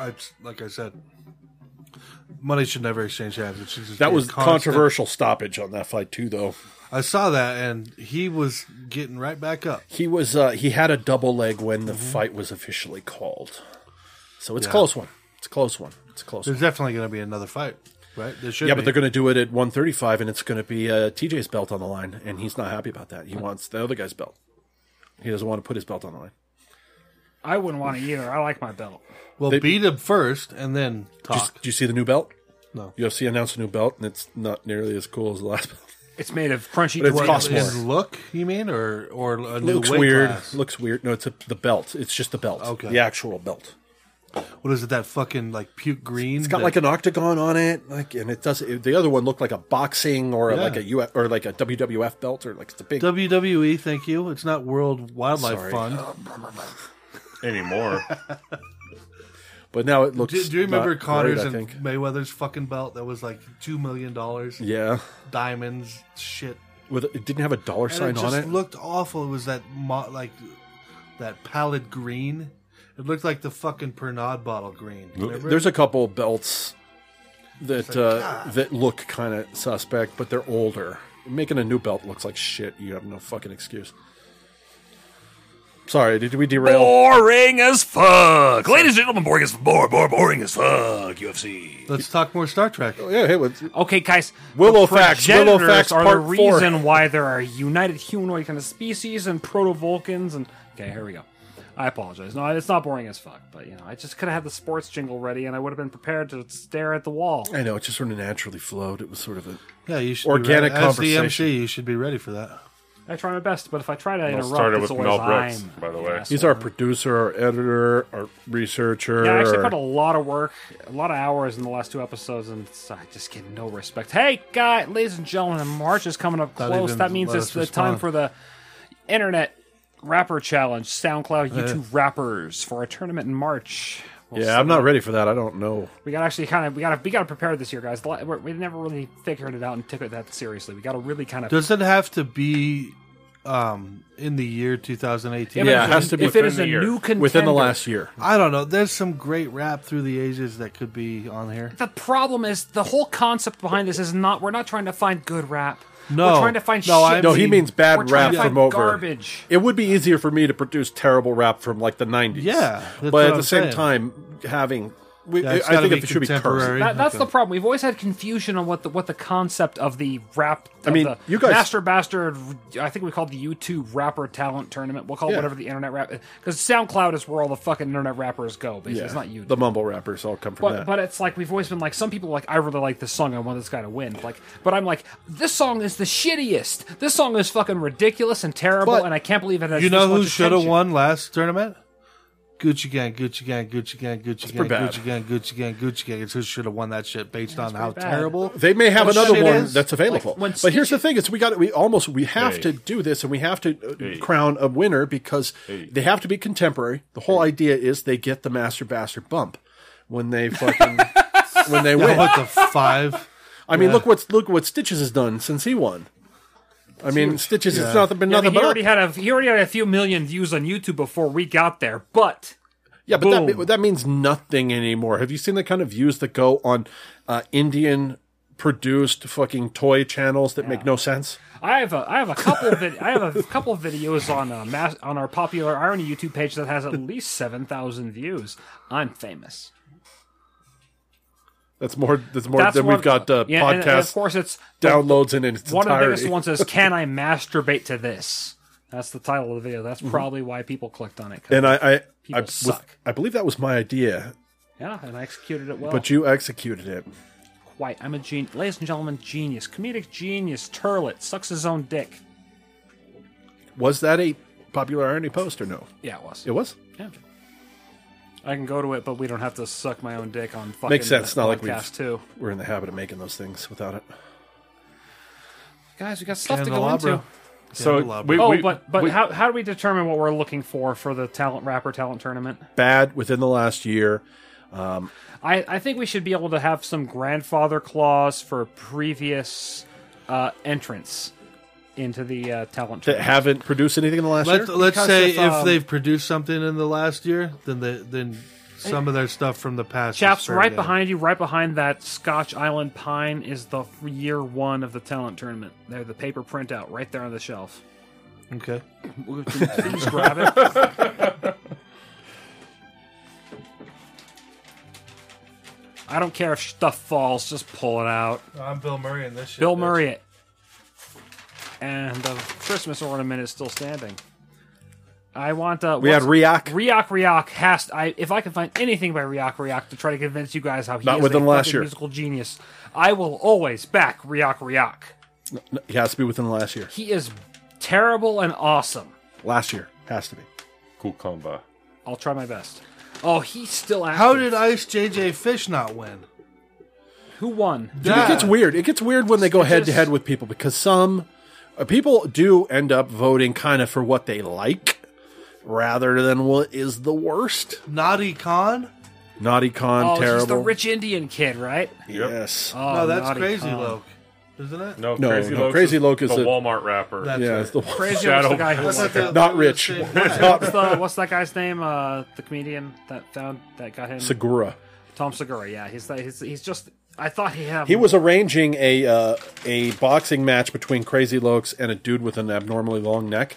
[SPEAKER 4] I, like I said, money should never exchange hands. It should just
[SPEAKER 3] That
[SPEAKER 4] be a
[SPEAKER 3] was
[SPEAKER 4] constant-
[SPEAKER 3] controversial stoppage on that fight too, though.
[SPEAKER 4] I saw that, and he was getting right back up.
[SPEAKER 3] He was uh, he had a double leg when the fight was officially called. So it's a
[SPEAKER 4] Mm-hmm. Yeah.
[SPEAKER 3] close one. It's a close one. It's a close
[SPEAKER 4] There's
[SPEAKER 3] one.
[SPEAKER 4] definitely going to be another fight, right? There should.
[SPEAKER 3] Yeah,
[SPEAKER 4] be.
[SPEAKER 3] but they're going to do it at 135, and it's going to be uh, TJ's belt on the line, and he's not happy about that. He wants the other guy's belt. He doesn't want to put his belt on the line.
[SPEAKER 2] I wouldn't want it either. I like my belt.
[SPEAKER 4] well
[SPEAKER 3] they-
[SPEAKER 4] beat him first, and then
[SPEAKER 3] Do you,
[SPEAKER 4] talk.
[SPEAKER 3] do you see the new belt?
[SPEAKER 4] No.
[SPEAKER 3] UFC announced a new belt, and it's not nearly as cool as the last belt.
[SPEAKER 2] It's made of crunchy.
[SPEAKER 3] But it's
[SPEAKER 2] Doritos.
[SPEAKER 3] cost more.
[SPEAKER 4] His look, you mean, or or a new
[SPEAKER 3] Looks
[SPEAKER 4] weight
[SPEAKER 3] weird.
[SPEAKER 4] class?
[SPEAKER 3] Looks weird. No, it's a, the belt. It's just the belt.
[SPEAKER 4] Okay.
[SPEAKER 3] The actual belt.
[SPEAKER 4] What is it? That fucking like puke green.
[SPEAKER 3] It's got like an octagon on it, like, and it does. It, the other one looked like a boxing or a,
[SPEAKER 4] Yeah.
[SPEAKER 3] like a U or like a WWF belt or like it's a big.
[SPEAKER 4] WWE. E, Thank you. It's not World Wildlife
[SPEAKER 3] Sorry.
[SPEAKER 4] Fund.
[SPEAKER 5] anymore.
[SPEAKER 3] but now it looks.
[SPEAKER 4] Do, do you remember
[SPEAKER 3] not
[SPEAKER 4] Connors
[SPEAKER 3] great, I
[SPEAKER 4] and
[SPEAKER 3] think.
[SPEAKER 4] Mayweather's fucking belt that was like two million dollars,
[SPEAKER 3] Yeah,
[SPEAKER 4] diamonds, shit,
[SPEAKER 3] with it didn't have a dollar
[SPEAKER 4] and
[SPEAKER 3] sign
[SPEAKER 4] it
[SPEAKER 3] on
[SPEAKER 4] just
[SPEAKER 3] it.
[SPEAKER 4] looked awful. It was that mo- like that pallid green. It looked like the fucking Pernod bottle green. Remember?
[SPEAKER 3] There's a couple belts that uh, that look kind of suspect, but they're older. Making a new belt looks like shit. You have no fucking excuse. Sorry, did we derail?
[SPEAKER 6] Boring as fuck. Ladies and gentlemen, boring as more, more boring as fuck. UFC.
[SPEAKER 4] Let's talk more Star Trek.
[SPEAKER 3] Oh, Yeah, hey, let's-
[SPEAKER 2] Okay, guys.
[SPEAKER 3] Willow
[SPEAKER 2] the
[SPEAKER 3] facts,
[SPEAKER 2] progenitors
[SPEAKER 3] Willow facts
[SPEAKER 2] are
[SPEAKER 3] part
[SPEAKER 2] the
[SPEAKER 3] four.
[SPEAKER 2] reason why there are united humanoid kind of species and proto Vulcans and okay, here we go. I apologize. No, it's not boring as fuck, but you know, I just could have had the sports jingle ready, and I would have been prepared to stare at the wall.
[SPEAKER 3] I know it just sort of naturally flowed. It was sort of a
[SPEAKER 4] Yeah, you should
[SPEAKER 3] Organic
[SPEAKER 4] be ready.
[SPEAKER 3] conversation.
[SPEAKER 4] As the MC, you should be ready for that.
[SPEAKER 2] I try my best, but if I try to
[SPEAKER 5] Well,
[SPEAKER 2] interrupt,
[SPEAKER 5] started
[SPEAKER 2] it's
[SPEAKER 5] with
[SPEAKER 2] always
[SPEAKER 5] Mel Brooks,
[SPEAKER 2] I'm
[SPEAKER 5] by the
[SPEAKER 2] an
[SPEAKER 5] way.
[SPEAKER 2] asshole.
[SPEAKER 3] He's our producer, our editor, our researcher.
[SPEAKER 2] Yeah, I actually
[SPEAKER 3] our-
[SPEAKER 2] put a lot of work, a lot of hours in the last two episodes, and it's- I just get no respect. Hey, guy, ladies and gentlemen, March is coming up
[SPEAKER 4] Not
[SPEAKER 2] close.
[SPEAKER 4] even
[SPEAKER 2] That means
[SPEAKER 4] let
[SPEAKER 2] it's
[SPEAKER 4] us
[SPEAKER 2] the time
[SPEAKER 4] respond.
[SPEAKER 2] for the internet rapper challenge, SoundCloud, YouTube rappers for a tournament in March. We'll
[SPEAKER 3] yeah,
[SPEAKER 2] see.
[SPEAKER 3] I'm not ready for that. I don't know.
[SPEAKER 2] we got to actually kind of we got to we got to prepare this year, guys. Li- we're- We never really figured it out and took it that seriously. We got to really kind of
[SPEAKER 4] Does it have to be um, in the year 2018?
[SPEAKER 3] Yeah, it has
[SPEAKER 2] is-
[SPEAKER 3] to be
[SPEAKER 2] if it is
[SPEAKER 5] within
[SPEAKER 2] a
[SPEAKER 5] the year.
[SPEAKER 2] new contender
[SPEAKER 3] Within the last year,
[SPEAKER 4] I don't know. There's some great rap through the ages that could be on here.
[SPEAKER 2] the problem is the whole concept behind this is not we're not trying to find good rap.
[SPEAKER 4] No.
[SPEAKER 2] we're trying to find
[SPEAKER 4] No,
[SPEAKER 2] shit.
[SPEAKER 4] I
[SPEAKER 3] no, he
[SPEAKER 4] mean,
[SPEAKER 3] means
[SPEAKER 2] we're
[SPEAKER 3] bad
[SPEAKER 2] trying
[SPEAKER 3] rap
[SPEAKER 2] to
[SPEAKER 3] from
[SPEAKER 2] find
[SPEAKER 3] over.
[SPEAKER 2] garbage.
[SPEAKER 3] It would be easier for me to produce terrible rap from like the '90s.
[SPEAKER 4] Yeah, that's
[SPEAKER 3] but
[SPEAKER 4] what
[SPEAKER 3] at the
[SPEAKER 4] I'm
[SPEAKER 3] same
[SPEAKER 4] saying.
[SPEAKER 3] time, having we,
[SPEAKER 4] Yeah, it's
[SPEAKER 3] I
[SPEAKER 4] gotta
[SPEAKER 3] think if
[SPEAKER 4] be
[SPEAKER 3] it should be cursed.
[SPEAKER 4] contemporary.
[SPEAKER 2] That, that's
[SPEAKER 4] Okay.
[SPEAKER 2] the problem. We've always had confusion on what the what the concept of the rap. I
[SPEAKER 3] mean,
[SPEAKER 2] the
[SPEAKER 3] you guys-
[SPEAKER 2] master bastard. I think we called the YouTube rapper talent tournament. We'll call it
[SPEAKER 3] Yeah.
[SPEAKER 2] whatever the internet rap because SoundCloud is where all the fucking internet rappers go. Basically, it's not YouTube.
[SPEAKER 3] The mumble rappers all come from
[SPEAKER 2] But,
[SPEAKER 3] that.
[SPEAKER 2] but it's like we've always been like some people are like I really like this song I want this guy to win like but I'm like this song is the shittiest this song is fucking ridiculous and terrible
[SPEAKER 3] But-
[SPEAKER 2] and I can't believe it has
[SPEAKER 4] You
[SPEAKER 2] this
[SPEAKER 4] know who
[SPEAKER 2] much
[SPEAKER 4] should have
[SPEAKER 2] attention.
[SPEAKER 4] won last tournament? Gucci Gang, Gucci Gang, Gucci Gang, Gucci Gang,
[SPEAKER 3] pretty bad.
[SPEAKER 4] Gucci Gang, Gucci Gang, Gucci Gang. It's who should have won that shit based on how
[SPEAKER 2] pretty bad.
[SPEAKER 4] terrible.
[SPEAKER 3] they may have
[SPEAKER 4] Well,
[SPEAKER 3] another
[SPEAKER 4] shit
[SPEAKER 3] one
[SPEAKER 4] is,
[SPEAKER 3] that's available.
[SPEAKER 2] like, when
[SPEAKER 3] but here's
[SPEAKER 2] Stitch-
[SPEAKER 3] the thing: is we got we almost we have
[SPEAKER 5] Hey.
[SPEAKER 3] to do this, and we have to uh,
[SPEAKER 5] Hey.
[SPEAKER 3] crown a winner because
[SPEAKER 5] Hey.
[SPEAKER 3] they have to be contemporary. The whole idea is they get the master bastard bump when they fucking when they win.
[SPEAKER 4] What the five?
[SPEAKER 3] I mean,
[SPEAKER 4] Yeah.
[SPEAKER 3] look what's look what Stitches has done since he won. I mean, Stitches it's nothing been
[SPEAKER 2] Yeah, but
[SPEAKER 3] nothing
[SPEAKER 2] he
[SPEAKER 3] but
[SPEAKER 2] already
[SPEAKER 3] up.
[SPEAKER 2] had a he already had a few million views on YouTube before we got there but
[SPEAKER 3] yeah, but that,
[SPEAKER 2] boom.
[SPEAKER 3] that means nothing anymore. Have you seen the kind of views that go on uh, Indian produced fucking toy channels that make no sense?
[SPEAKER 2] I have a I have a couple of vid- I have a couple of videos on uh, mass- on our popular irony YouTube page that has at least seven thousand views. I'm famous.
[SPEAKER 3] That's more. That's more
[SPEAKER 2] That's
[SPEAKER 3] than
[SPEAKER 2] one-
[SPEAKER 3] we've got uh,
[SPEAKER 2] yeah,
[SPEAKER 3] podcast
[SPEAKER 2] and, and of course it's
[SPEAKER 3] downloads in its
[SPEAKER 2] one of
[SPEAKER 3] entirety.
[SPEAKER 2] the biggest ones is "Can I masturbate to this?" That's the title of the video.
[SPEAKER 3] Mm-hmm.
[SPEAKER 2] That's probably why people clicked on it. 'cause-
[SPEAKER 3] and I, I, I,
[SPEAKER 2] People
[SPEAKER 3] with-
[SPEAKER 2] suck.
[SPEAKER 3] I believe that was my idea,
[SPEAKER 2] yeah, and I executed it well.
[SPEAKER 3] but you executed it.
[SPEAKER 2] Quite. I'm a genius, ladies and gentlemen. Genius, comedic genius. Turlet sucks his own dick.
[SPEAKER 3] Was that a popular irony post or no?
[SPEAKER 2] Yeah, it was.
[SPEAKER 3] It was.
[SPEAKER 2] Yeah. I can go to it, but we don't have to suck my own dick on fucking
[SPEAKER 3] Makes sense.
[SPEAKER 2] the
[SPEAKER 3] Not like
[SPEAKER 2] podcast
[SPEAKER 3] we've
[SPEAKER 2] too.
[SPEAKER 3] We're in the habit of making those things without it.
[SPEAKER 2] Guys, we got stuff to go
[SPEAKER 4] Candelabra.
[SPEAKER 2] into.
[SPEAKER 5] so we,
[SPEAKER 2] Oh,
[SPEAKER 5] we-
[SPEAKER 2] but but
[SPEAKER 5] we-
[SPEAKER 2] how, how do we determine what we're looking for for the talent rapper talent tournament?
[SPEAKER 3] Bad within the last year.
[SPEAKER 2] I, I think we should be able to have some grandfather clause for previous uh, entrance into the uh, talent
[SPEAKER 3] that
[SPEAKER 2] tournament.
[SPEAKER 3] haven't produced anything in the last
[SPEAKER 4] Let,
[SPEAKER 3] year.
[SPEAKER 4] let's
[SPEAKER 2] Because
[SPEAKER 4] say
[SPEAKER 2] if,
[SPEAKER 4] if,
[SPEAKER 2] um,
[SPEAKER 4] they've produced something in the last year, then they, then some of their stuff from the past. is
[SPEAKER 2] Chaps,
[SPEAKER 4] fair
[SPEAKER 2] right
[SPEAKER 4] game.
[SPEAKER 2] behind you, right behind that Scotch Island pine is the year one of the talent tournament. There, the paper printout right there on the shelf.
[SPEAKER 4] Okay.
[SPEAKER 2] Would you Please grab it. I don't care if stuff falls, just pull it out.
[SPEAKER 4] I'm Bill Murray in this. Shit,
[SPEAKER 2] Bill Murray it. And the Christmas ornament is still standing. I want uh
[SPEAKER 3] We had
[SPEAKER 2] what's-
[SPEAKER 3] Riak.
[SPEAKER 2] Riak Riak has to, I if I can find anything by Riak Riak to try to convince you guys how he
[SPEAKER 3] Not
[SPEAKER 2] is
[SPEAKER 3] within
[SPEAKER 2] a
[SPEAKER 3] last
[SPEAKER 2] fucking
[SPEAKER 3] year.
[SPEAKER 2] musical genius, I will always back Riak Riak.
[SPEAKER 3] It has to be within the last year.
[SPEAKER 2] He is terrible and awesome.
[SPEAKER 3] Last year has to be.
[SPEAKER 5] Cool combo.
[SPEAKER 2] I'll try my best. Oh, he's still active.
[SPEAKER 4] How did Ice JJ Fish not win?
[SPEAKER 2] Who won?
[SPEAKER 3] Dude, it gets weird. It gets weird when they go head to head with people because some uh, people do end up voting kind of for what they like rather than what is the worst.
[SPEAKER 4] Naughty Khan?
[SPEAKER 3] Naughty con,
[SPEAKER 2] Oh,
[SPEAKER 3] terrible.
[SPEAKER 2] he's the rich Indian kid, right?
[SPEAKER 3] Yes.
[SPEAKER 2] Oh,
[SPEAKER 4] no, that's
[SPEAKER 2] naughty
[SPEAKER 4] crazy,
[SPEAKER 2] Khan.
[SPEAKER 4] Loke. Isn't it?
[SPEAKER 5] No,
[SPEAKER 3] No,
[SPEAKER 5] crazy
[SPEAKER 3] no,
[SPEAKER 5] Loke.
[SPEAKER 3] Crazy Loke is
[SPEAKER 5] the
[SPEAKER 3] a-
[SPEAKER 5] Walmart rapper.
[SPEAKER 4] That's
[SPEAKER 3] yeah,
[SPEAKER 4] it.
[SPEAKER 3] it's the worst.
[SPEAKER 2] Crazy Loke's the
[SPEAKER 5] Shadow.
[SPEAKER 2] guy who
[SPEAKER 4] That's
[SPEAKER 2] won.
[SPEAKER 4] like the-
[SPEAKER 3] Not rich.
[SPEAKER 4] the same-
[SPEAKER 3] Not
[SPEAKER 2] What's, the, what's that guy's name? Uh, the comedian that found that got him
[SPEAKER 3] Segura.
[SPEAKER 2] Tom Segura. Yeah, he's the, he's he's just. I thought he had.
[SPEAKER 3] He was arranging a uh, a boxing match between Crazy Lokes and a dude with an abnormally long neck.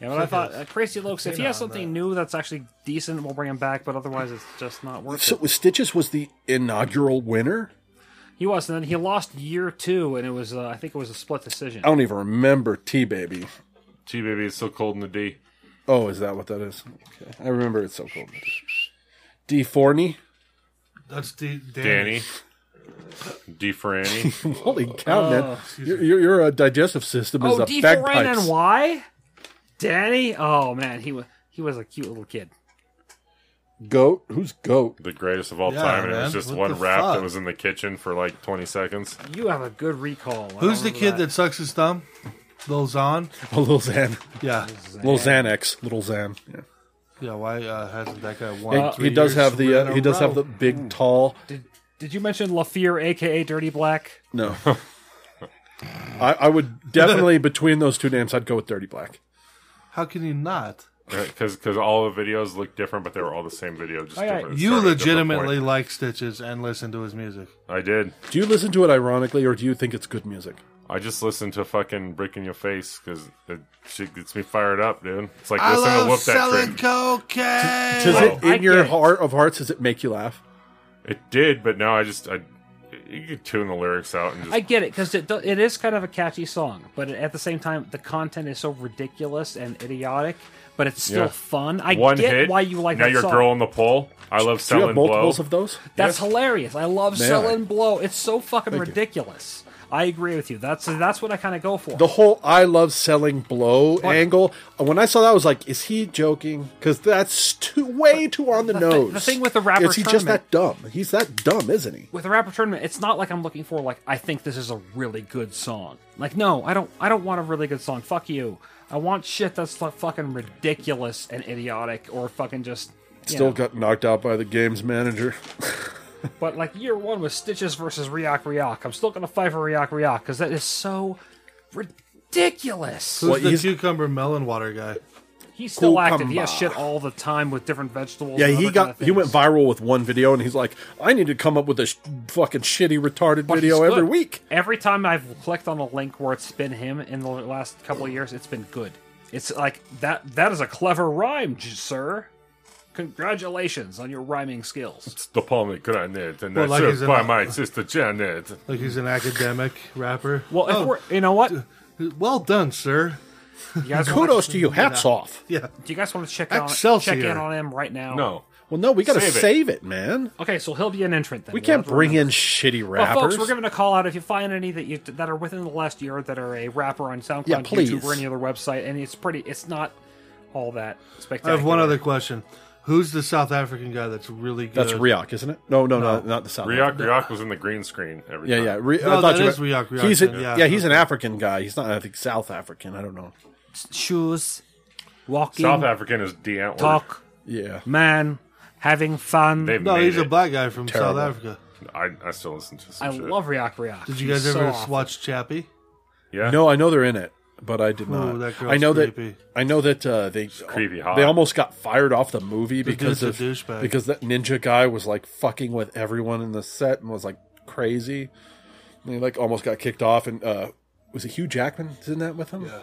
[SPEAKER 2] Yeah, but I thought uh, Crazy Lokes. If he has something new that's actually decent, we'll bring him back. But otherwise, it's just not worth
[SPEAKER 3] So
[SPEAKER 2] it.
[SPEAKER 3] Stitches was the inaugural winner.
[SPEAKER 2] He was, and then he lost year two, and it was. Uh, I think it was a split decision.
[SPEAKER 3] I don't even remember T Baby.
[SPEAKER 5] T baby, it's so cold in the D.
[SPEAKER 3] Oh, is that what that is? Okay. I remember it's so cold. D Forney.
[SPEAKER 4] That's D- Danny.
[SPEAKER 5] Danny. D for Annie.
[SPEAKER 3] Holy cow, man! Your, your, your uh, digestive system is
[SPEAKER 2] Oh,
[SPEAKER 3] a
[SPEAKER 2] D four N
[SPEAKER 3] bagpipes.
[SPEAKER 2] and Y, Danny. Oh man, he was he was a cute little kid.
[SPEAKER 3] Goat. Who's goat?
[SPEAKER 5] the greatest of all
[SPEAKER 4] Yeah,
[SPEAKER 5] time, and it was
[SPEAKER 4] man.
[SPEAKER 5] just
[SPEAKER 4] What
[SPEAKER 5] one
[SPEAKER 4] the
[SPEAKER 5] rap
[SPEAKER 4] fuck?
[SPEAKER 5] that was in the kitchen for like 20 seconds.
[SPEAKER 2] You have a good recall. I
[SPEAKER 4] Who's the
[SPEAKER 2] remember
[SPEAKER 4] kid that. sucks his thumb? Lil Zon?
[SPEAKER 3] Oh, Lil Xan.
[SPEAKER 4] Yeah.
[SPEAKER 3] Lil Xanax. Little Xan. Yeah.
[SPEAKER 4] Yeah, why uh, hasn't that guy won?
[SPEAKER 3] And
[SPEAKER 4] three
[SPEAKER 3] he does
[SPEAKER 4] years
[SPEAKER 3] have the
[SPEAKER 4] in
[SPEAKER 3] uh,
[SPEAKER 4] a
[SPEAKER 3] he does have
[SPEAKER 4] row?
[SPEAKER 3] the big tall.
[SPEAKER 2] Did, did you mention Lafleur, aka Dirty Black?
[SPEAKER 3] No. I, I would definitely between those two names, I'd go with Dirty Black.
[SPEAKER 4] How can you not?
[SPEAKER 5] Because Uh, all the videos looked different, but they were all the same video. Just
[SPEAKER 2] Oh, yeah.
[SPEAKER 5] different-
[SPEAKER 4] You
[SPEAKER 5] started at a different
[SPEAKER 4] legitimately
[SPEAKER 5] point.
[SPEAKER 4] like Stitches and listen to his music.
[SPEAKER 5] I did.
[SPEAKER 3] Do you listen to it ironically, or do you think it's good music?
[SPEAKER 5] I just listened to fucking Brick in Your Face because it shit gets me fired up, dude. It's like
[SPEAKER 4] I
[SPEAKER 5] listening to
[SPEAKER 4] love
[SPEAKER 5] Whoop That
[SPEAKER 4] selling
[SPEAKER 5] Train.
[SPEAKER 4] cocaine.
[SPEAKER 3] Does it
[SPEAKER 2] Wow. I
[SPEAKER 3] in your
[SPEAKER 2] get it.
[SPEAKER 3] heart of hearts? Does it make you laugh?
[SPEAKER 5] it did, but now I just I you could tune the lyrics out and just
[SPEAKER 2] I get it because it do- it is kind of a catchy song, but at the same time, the content is so ridiculous and idiotic, but it's still
[SPEAKER 5] Yeah.
[SPEAKER 2] fun. I
[SPEAKER 5] one
[SPEAKER 2] get
[SPEAKER 5] hit.
[SPEAKER 2] why you like
[SPEAKER 5] now
[SPEAKER 2] that
[SPEAKER 5] your
[SPEAKER 2] song.
[SPEAKER 5] girl in the pole. I love
[SPEAKER 3] Do you have
[SPEAKER 5] selling blow.
[SPEAKER 3] multiples of those?
[SPEAKER 2] That's
[SPEAKER 5] Yes.
[SPEAKER 2] hilarious. I love
[SPEAKER 3] Man.
[SPEAKER 2] selling blow. It's so fucking
[SPEAKER 3] Thank you.
[SPEAKER 2] ridiculous. I agree with you. That's that's what I kind of go for.
[SPEAKER 3] The whole "I love selling blow" angle. uh, When I saw that, I was like, "Is he joking?" Because that's too way too on the,
[SPEAKER 2] the thi-
[SPEAKER 3] nose.
[SPEAKER 2] the thing with the rapper
[SPEAKER 3] is he just that
[SPEAKER 2] tournament-
[SPEAKER 3] dumb? He's that dumb, isn't he?
[SPEAKER 2] with the rapper tournament, it's not like I'm looking for like I think this is a really good song. Like no, I don't. I don't want a really good song. Fuck you. I want shit that's like fucking ridiculous and idiotic or fucking just you
[SPEAKER 3] Still
[SPEAKER 2] know.
[SPEAKER 3] got knocked out by the game's manager.
[SPEAKER 2] But like year one was Stitches versus Riak Riak. I'm still gonna fight for Riak Riak because that is so ridiculous.
[SPEAKER 4] Who's
[SPEAKER 3] Well,
[SPEAKER 4] the
[SPEAKER 3] he's-
[SPEAKER 4] cucumber melon water guy?
[SPEAKER 2] He's still
[SPEAKER 3] Cucumber.
[SPEAKER 2] active. He has shit all the time with different vegetables.
[SPEAKER 3] Yeah,
[SPEAKER 2] and
[SPEAKER 3] he
[SPEAKER 2] other
[SPEAKER 3] got
[SPEAKER 2] kinda
[SPEAKER 3] he went
[SPEAKER 2] things.
[SPEAKER 3] viral with one video, and he's like, "I need to come up with a sh- fucking shitty retarded
[SPEAKER 2] But
[SPEAKER 3] video
[SPEAKER 2] he's
[SPEAKER 3] every
[SPEAKER 2] good.
[SPEAKER 3] week."
[SPEAKER 2] Every time I've clicked on a link where it's been him in the last couple of years, it's been good. It's like that. That is a clever rhyme, j- sir. Congratulations on your rhyming skills.
[SPEAKER 5] It's the palm granite and
[SPEAKER 4] Well,
[SPEAKER 5] that's
[SPEAKER 4] like he's
[SPEAKER 5] served
[SPEAKER 4] in
[SPEAKER 5] by
[SPEAKER 4] a-
[SPEAKER 5] my sister Janet.
[SPEAKER 4] Like he's an academic rapper.
[SPEAKER 2] Well, if
[SPEAKER 4] Oh,
[SPEAKER 2] we're, you know what, you
[SPEAKER 4] well done, sir.
[SPEAKER 2] guys,
[SPEAKER 3] Kudos
[SPEAKER 2] Want
[SPEAKER 3] to you. Hats off.
[SPEAKER 4] Yeah.
[SPEAKER 2] do you guys want to check on, check
[SPEAKER 4] Excelsior.
[SPEAKER 2] in on him right
[SPEAKER 4] Oh.
[SPEAKER 2] now?
[SPEAKER 5] No,
[SPEAKER 3] Well, no, we got to
[SPEAKER 5] Save
[SPEAKER 3] save,
[SPEAKER 5] it.
[SPEAKER 3] it, man.
[SPEAKER 2] Okay, so he'll be an entrant then.
[SPEAKER 3] We
[SPEAKER 2] We'll
[SPEAKER 3] can't
[SPEAKER 2] have to
[SPEAKER 3] bring
[SPEAKER 2] remember.
[SPEAKER 3] in shitty
[SPEAKER 2] Well,
[SPEAKER 3] rappers.
[SPEAKER 2] folks, we're giving a call out if you find any that you that are within the last year that are a rapper on SoundCloud,
[SPEAKER 3] Yeah, please.
[SPEAKER 2] YouTube, or any other website, and it's pretty. It's not all that
[SPEAKER 4] I
[SPEAKER 2] spectacular.
[SPEAKER 4] have one other question. Who's the South African guy that's really good?
[SPEAKER 3] That's Riak, isn't it? No, no, no, not the South.
[SPEAKER 5] Riak Riak was in the green screen every
[SPEAKER 3] Yeah,
[SPEAKER 5] time.
[SPEAKER 3] yeah. Re-
[SPEAKER 4] No,
[SPEAKER 3] I thought
[SPEAKER 4] that
[SPEAKER 3] you
[SPEAKER 4] is
[SPEAKER 3] meant-
[SPEAKER 4] Riak Riak,
[SPEAKER 3] He's an, yeah,
[SPEAKER 4] yeah.
[SPEAKER 3] he's an African guy. He's not, I think, South African. I don't know.
[SPEAKER 2] shoes, walking,
[SPEAKER 5] South African is D Antwoord.
[SPEAKER 2] talk,
[SPEAKER 3] Yeah.
[SPEAKER 2] man, having fun.
[SPEAKER 5] They've
[SPEAKER 4] No,
[SPEAKER 5] made
[SPEAKER 4] he's a
[SPEAKER 5] it.
[SPEAKER 4] black guy from
[SPEAKER 3] Terrible.
[SPEAKER 4] South Africa.
[SPEAKER 5] I, I still listen to some
[SPEAKER 2] I
[SPEAKER 5] shit.
[SPEAKER 2] love Riak Riak.
[SPEAKER 4] Did you guys
[SPEAKER 2] He's so
[SPEAKER 4] ever
[SPEAKER 2] awful.
[SPEAKER 4] watch Chappie?
[SPEAKER 5] yeah.
[SPEAKER 3] No, I know they're in it, but I did
[SPEAKER 4] Ooh,
[SPEAKER 3] not.
[SPEAKER 4] that girl's
[SPEAKER 3] I know
[SPEAKER 4] creepy.
[SPEAKER 3] that I know that uh, they
[SPEAKER 5] creepy hot.
[SPEAKER 3] They almost got fired off the movie because of
[SPEAKER 4] dude's a douchebag.
[SPEAKER 3] because that ninja guy was like fucking with everyone in the set and was like crazy. And he like almost got kicked off. And uh, was it Hugh Jackman? Isn't that with him?
[SPEAKER 4] Yeah.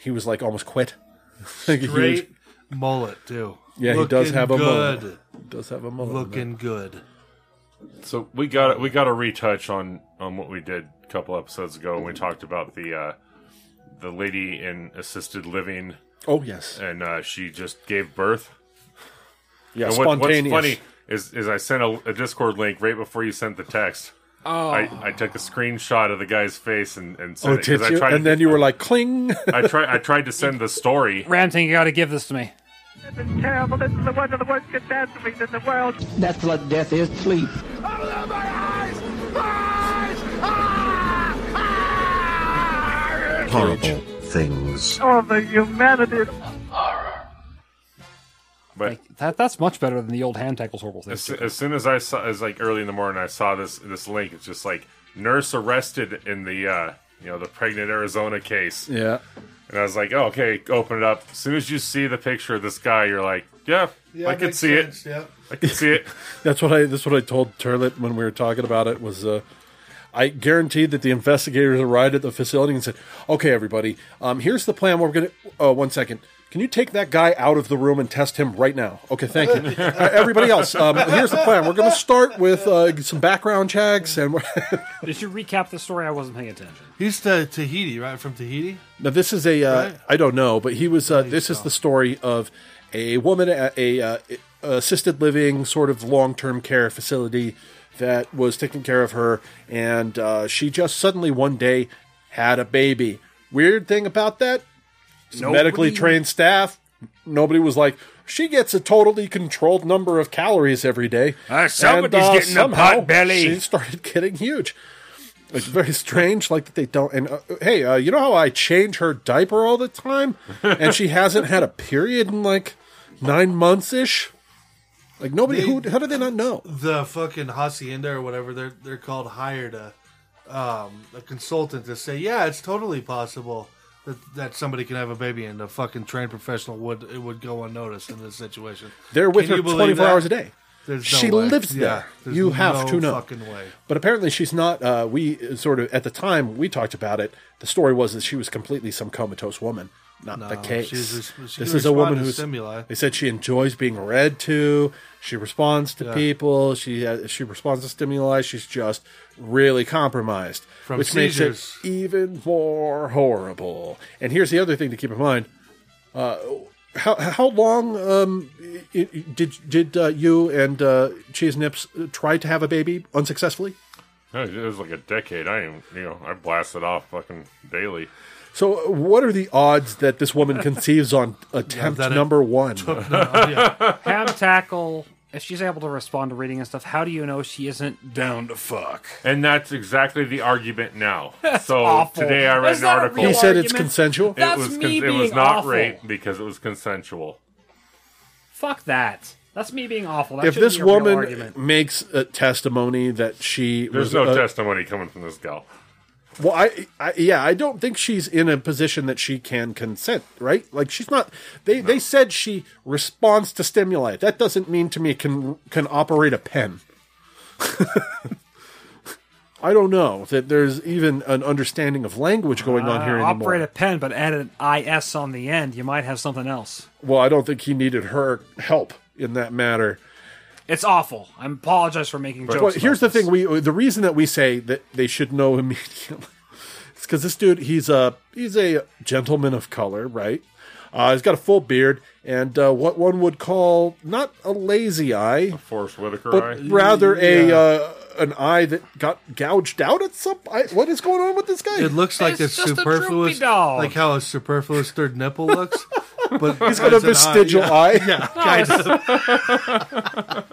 [SPEAKER 3] He was like almost quit. Like a huge-
[SPEAKER 4] Great mullet too.
[SPEAKER 3] yeah, he does
[SPEAKER 4] Looking
[SPEAKER 3] have a
[SPEAKER 4] good.
[SPEAKER 3] mullet. Does have a mullet.
[SPEAKER 4] Looking good.
[SPEAKER 5] So we got we got a retouch on on what we did a couple episodes ago when we
[SPEAKER 3] Mm-hmm.
[SPEAKER 5] talked about the uh, the lady in assisted living
[SPEAKER 3] Oh yes.
[SPEAKER 5] and uh, she just gave birth.
[SPEAKER 3] Yeah.
[SPEAKER 5] And what-
[SPEAKER 3] spontaneous.
[SPEAKER 5] What's funny is is I sent a, a Discord link right before you sent the text. Oh. I, I took a screenshot of the guy's face and and sent
[SPEAKER 3] Oh,
[SPEAKER 5] it
[SPEAKER 3] did
[SPEAKER 5] I
[SPEAKER 3] you?
[SPEAKER 5] tried
[SPEAKER 3] And
[SPEAKER 5] to,
[SPEAKER 3] then you were like, "Cling."
[SPEAKER 5] I tried I tried to send the story.
[SPEAKER 2] Ramting, you got to give this to me.
[SPEAKER 7] It's terrible. This is one of the worst catastrophes in the world.
[SPEAKER 8] That's what death is, sleep.
[SPEAKER 9] horrible things.
[SPEAKER 7] All the humanity.
[SPEAKER 5] But
[SPEAKER 2] Like that, that's much better than the old hand tackles horrible thing.
[SPEAKER 5] As, soo- as soon as I saw, as like early in the morning, I saw this this link. It's just like nurse arrested in the uh, you know the pregnant Arizona case,
[SPEAKER 3] yeah.
[SPEAKER 5] and I was like, oh, okay, open it up. As soon as you see the picture of this guy, you're like, yeah, I can see it,
[SPEAKER 4] Yeah.
[SPEAKER 5] I can see it.
[SPEAKER 3] That's what I. That's what I told Turlet when we were talking about it. Was uh, I guaranteed that the investigators arrived at the facility and said, "Okay, everybody, um, here's the plan. We're gonna. Uh, one second. Can you take that guy out of the room and test him right now? Okay, thank you. Uh, everybody else, um, here's the plan. We're gonna start with uh, some background checks and. we're-
[SPEAKER 2] Did you recap the story? I wasn't paying attention.
[SPEAKER 4] He's to Tahiti, right? From Tahiti.
[SPEAKER 3] Now this is a uh,
[SPEAKER 4] Right?
[SPEAKER 3] I don't know, but he was uh, this is the story of a woman at a uh, assisted living sort of long term care facility that was taking care of her, and uh, she just suddenly one day had a baby. Weird thing about that, it's medically trained staff. Nobody was like she gets a totally controlled number of calories every day.
[SPEAKER 6] Uh, somebody's getting a
[SPEAKER 3] somehow
[SPEAKER 6] pot belly.
[SPEAKER 3] She started getting huge. It's very strange, like that they don't. And uh, hey, uh, you know how I change her diaper all the time, and she hasn't had a period in like nine months ish. Like nobody, who how do they not know?
[SPEAKER 4] the fucking hacienda or whatever they're they're called hired a um, a consultant to say, yeah, it's totally possible that that somebody can have a baby and a fucking trained professional would it would go unnoticed in this situation.
[SPEAKER 3] They're with
[SPEAKER 4] Can
[SPEAKER 3] her
[SPEAKER 4] you believe
[SPEAKER 3] twenty four
[SPEAKER 4] that?
[SPEAKER 3] hours a day.
[SPEAKER 4] There's
[SPEAKER 3] she
[SPEAKER 4] way.
[SPEAKER 3] lives
[SPEAKER 4] Yeah,
[SPEAKER 3] there.
[SPEAKER 4] there's
[SPEAKER 3] you have
[SPEAKER 4] no
[SPEAKER 3] to know.
[SPEAKER 4] Fucking way.
[SPEAKER 3] But apparently, she's not. Uh, we uh, sort of at the time we talked about it. The story was that she was completely some comatose woman. Not the case.
[SPEAKER 4] she's res- she
[SPEAKER 3] this
[SPEAKER 4] can
[SPEAKER 3] is a woman
[SPEAKER 4] respond to
[SPEAKER 3] who's.
[SPEAKER 4] stimuli.
[SPEAKER 3] They said she enjoys being read to. She responds to people. She uh, she responds to stimuli. She's just really compromised,
[SPEAKER 4] From
[SPEAKER 3] which
[SPEAKER 4] seizures.
[SPEAKER 3] makes it even more horrible. And here's the other thing to keep in mind: uh, how how long um, i- i- did did uh, you and uh, Cheese Nips try to have a baby unsuccessfully?
[SPEAKER 5] It was like a decade. I am you know I blasted off fucking daily.
[SPEAKER 3] So, uh, what are the odds that this woman conceives on attempt
[SPEAKER 4] that it
[SPEAKER 3] number one?
[SPEAKER 2] Ham tackle. If she's able to respond to reading and stuff, how do you know she isn't down to fuck?
[SPEAKER 5] And that's exactly the argument now. so
[SPEAKER 2] awful.
[SPEAKER 5] today I read
[SPEAKER 2] Is
[SPEAKER 5] an
[SPEAKER 2] that a
[SPEAKER 5] article.
[SPEAKER 3] he
[SPEAKER 2] real
[SPEAKER 3] said it's
[SPEAKER 2] argument?
[SPEAKER 3] consensual.
[SPEAKER 5] it
[SPEAKER 2] That's
[SPEAKER 5] was
[SPEAKER 2] me
[SPEAKER 5] it was
[SPEAKER 2] being
[SPEAKER 5] not
[SPEAKER 2] awful.
[SPEAKER 5] rape because it was consensual.
[SPEAKER 2] Fuck that. That's me being awful. That
[SPEAKER 3] if
[SPEAKER 2] shouldn't
[SPEAKER 3] this
[SPEAKER 2] be a real
[SPEAKER 3] woman
[SPEAKER 2] argument.
[SPEAKER 3] makes a testimony that she
[SPEAKER 5] There's
[SPEAKER 3] was,
[SPEAKER 5] no
[SPEAKER 3] uh,
[SPEAKER 5] testimony coming from this gal.
[SPEAKER 3] well, I, I, yeah, I don't think she's in a position that she can consent, right? Like she's not. They they said she responds to stimuli. That doesn't mean to me can can operate a pen. I don't know that there's even an understanding of language going on here anymore.
[SPEAKER 2] Ah, operate a pen, but add an is on the end. You might have something else.
[SPEAKER 3] well, I don't think he needed her help in that matter.
[SPEAKER 2] It's awful. I apologize for making jokes.
[SPEAKER 3] Well,
[SPEAKER 2] about
[SPEAKER 3] here's the
[SPEAKER 2] this.
[SPEAKER 3] thing: we the reason that we say that they should know immediately is because this dude he's a he's a gentleman of color, right? Uh, he's got a full beard and uh, what one would call not a lazy eye,
[SPEAKER 5] Forrest Whitaker.
[SPEAKER 3] but
[SPEAKER 5] I,
[SPEAKER 3] rather a uh, an eye that got gouged out at some. I, what is going on with this guy?
[SPEAKER 4] It looks like
[SPEAKER 2] It's
[SPEAKER 4] it's
[SPEAKER 2] just a droopy
[SPEAKER 4] superfluous,
[SPEAKER 2] dog.
[SPEAKER 4] like how a superfluous third nipple looks. But
[SPEAKER 3] he's got a
[SPEAKER 4] it's an eye,
[SPEAKER 3] vestigial
[SPEAKER 4] yeah.
[SPEAKER 3] eye.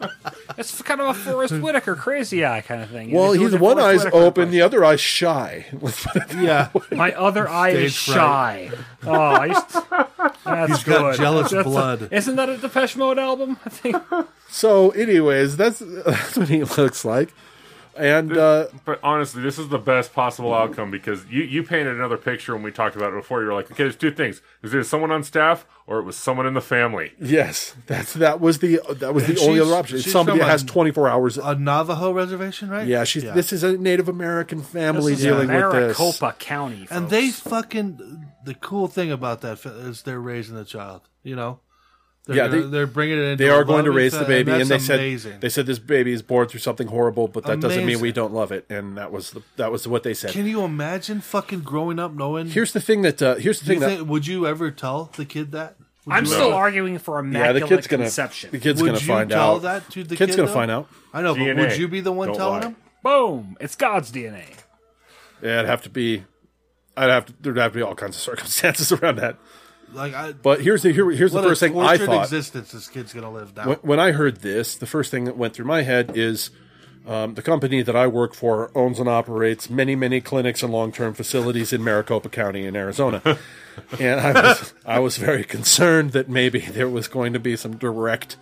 [SPEAKER 2] It's kind of a Forrest Whitaker crazy eye kind of thing.
[SPEAKER 3] Well,
[SPEAKER 2] You're
[SPEAKER 3] he's
[SPEAKER 2] doing a
[SPEAKER 3] one eye's
[SPEAKER 2] Forrest Whitaker
[SPEAKER 3] open,
[SPEAKER 2] impression.
[SPEAKER 3] the other eye's shy. Let's put it that
[SPEAKER 4] Yeah,
[SPEAKER 2] My other eye is
[SPEAKER 4] Stage fright.
[SPEAKER 2] shy. Oh, I used to, that's
[SPEAKER 4] He's got
[SPEAKER 2] good.
[SPEAKER 4] jealous
[SPEAKER 2] That's a-
[SPEAKER 4] blood.
[SPEAKER 2] isn't that a Depeche Mode album? I think.
[SPEAKER 3] So, anyways, that's that's what he looks like. And uh,
[SPEAKER 5] But honestly, this is the best possible outcome because you, you painted another picture when we talked about it before. You were like, okay, there's two things: it was either someone on staff or it was someone in the family.
[SPEAKER 3] yes, that's that was the that was the
[SPEAKER 4] And
[SPEAKER 3] only
[SPEAKER 4] she's-
[SPEAKER 3] other option. It's
[SPEAKER 4] she's Uh,
[SPEAKER 3] somebody
[SPEAKER 4] from
[SPEAKER 3] that
[SPEAKER 4] a-
[SPEAKER 3] has 24 hours.
[SPEAKER 4] A Navajo reservation, right?
[SPEAKER 3] yeah, she's. This is a Native American family
[SPEAKER 2] This is
[SPEAKER 3] dealing with this.
[SPEAKER 2] Maricopa County, folks.
[SPEAKER 4] And they fucking the cool thing about that fe- is they're raising the child. You know, they're
[SPEAKER 3] Yeah,
[SPEAKER 4] gonna-
[SPEAKER 3] they-
[SPEAKER 4] they're bringing it. Into
[SPEAKER 3] They
[SPEAKER 4] a
[SPEAKER 3] are going to
[SPEAKER 4] loving
[SPEAKER 3] raise
[SPEAKER 4] fa-
[SPEAKER 3] the baby, and,
[SPEAKER 4] that's
[SPEAKER 3] they said
[SPEAKER 4] amazing.
[SPEAKER 3] they said this baby is born through something horrible, but that doesn't mean
[SPEAKER 4] Amazing.
[SPEAKER 3] we don't love it. And that was the, that was what they said.
[SPEAKER 4] Can you imagine fucking growing up knowing?
[SPEAKER 3] here's the thing that uh, here's the
[SPEAKER 4] Do
[SPEAKER 3] thing
[SPEAKER 4] you
[SPEAKER 3] that
[SPEAKER 4] think- would you ever tell the kid that? Would
[SPEAKER 2] I'm
[SPEAKER 4] you
[SPEAKER 2] still
[SPEAKER 4] ever-
[SPEAKER 2] arguing for
[SPEAKER 3] yeah,
[SPEAKER 2] immaculate
[SPEAKER 3] the kid's gonna
[SPEAKER 2] conception.
[SPEAKER 3] the kid's
[SPEAKER 4] Would
[SPEAKER 3] gonna
[SPEAKER 4] you
[SPEAKER 3] find
[SPEAKER 4] tell
[SPEAKER 3] out.
[SPEAKER 4] that to the
[SPEAKER 3] kid's
[SPEAKER 4] kid,
[SPEAKER 3] gonna
[SPEAKER 4] though?
[SPEAKER 3] find out.
[SPEAKER 4] I know, but
[SPEAKER 5] DNA.
[SPEAKER 4] would you be the one
[SPEAKER 5] Don't
[SPEAKER 4] telling
[SPEAKER 5] lie.
[SPEAKER 4] him?
[SPEAKER 2] Boom! It's God's DNA.
[SPEAKER 3] Yeah, it'd have to be. I'd have to. There'd have to be all kinds of circumstances around that.
[SPEAKER 4] Like, I,
[SPEAKER 3] But here's the here, here's the
[SPEAKER 4] what
[SPEAKER 3] first
[SPEAKER 4] a
[SPEAKER 3] thing I
[SPEAKER 4] tortured
[SPEAKER 3] thought
[SPEAKER 4] existence this kid's gonna live now.
[SPEAKER 3] when, when I heard this. The first thing that went through my head is um, the company that I work for owns and operates many many clinics and long term facilities in Maricopa County in Arizona, and I was I was very concerned that maybe there was going to be some direct.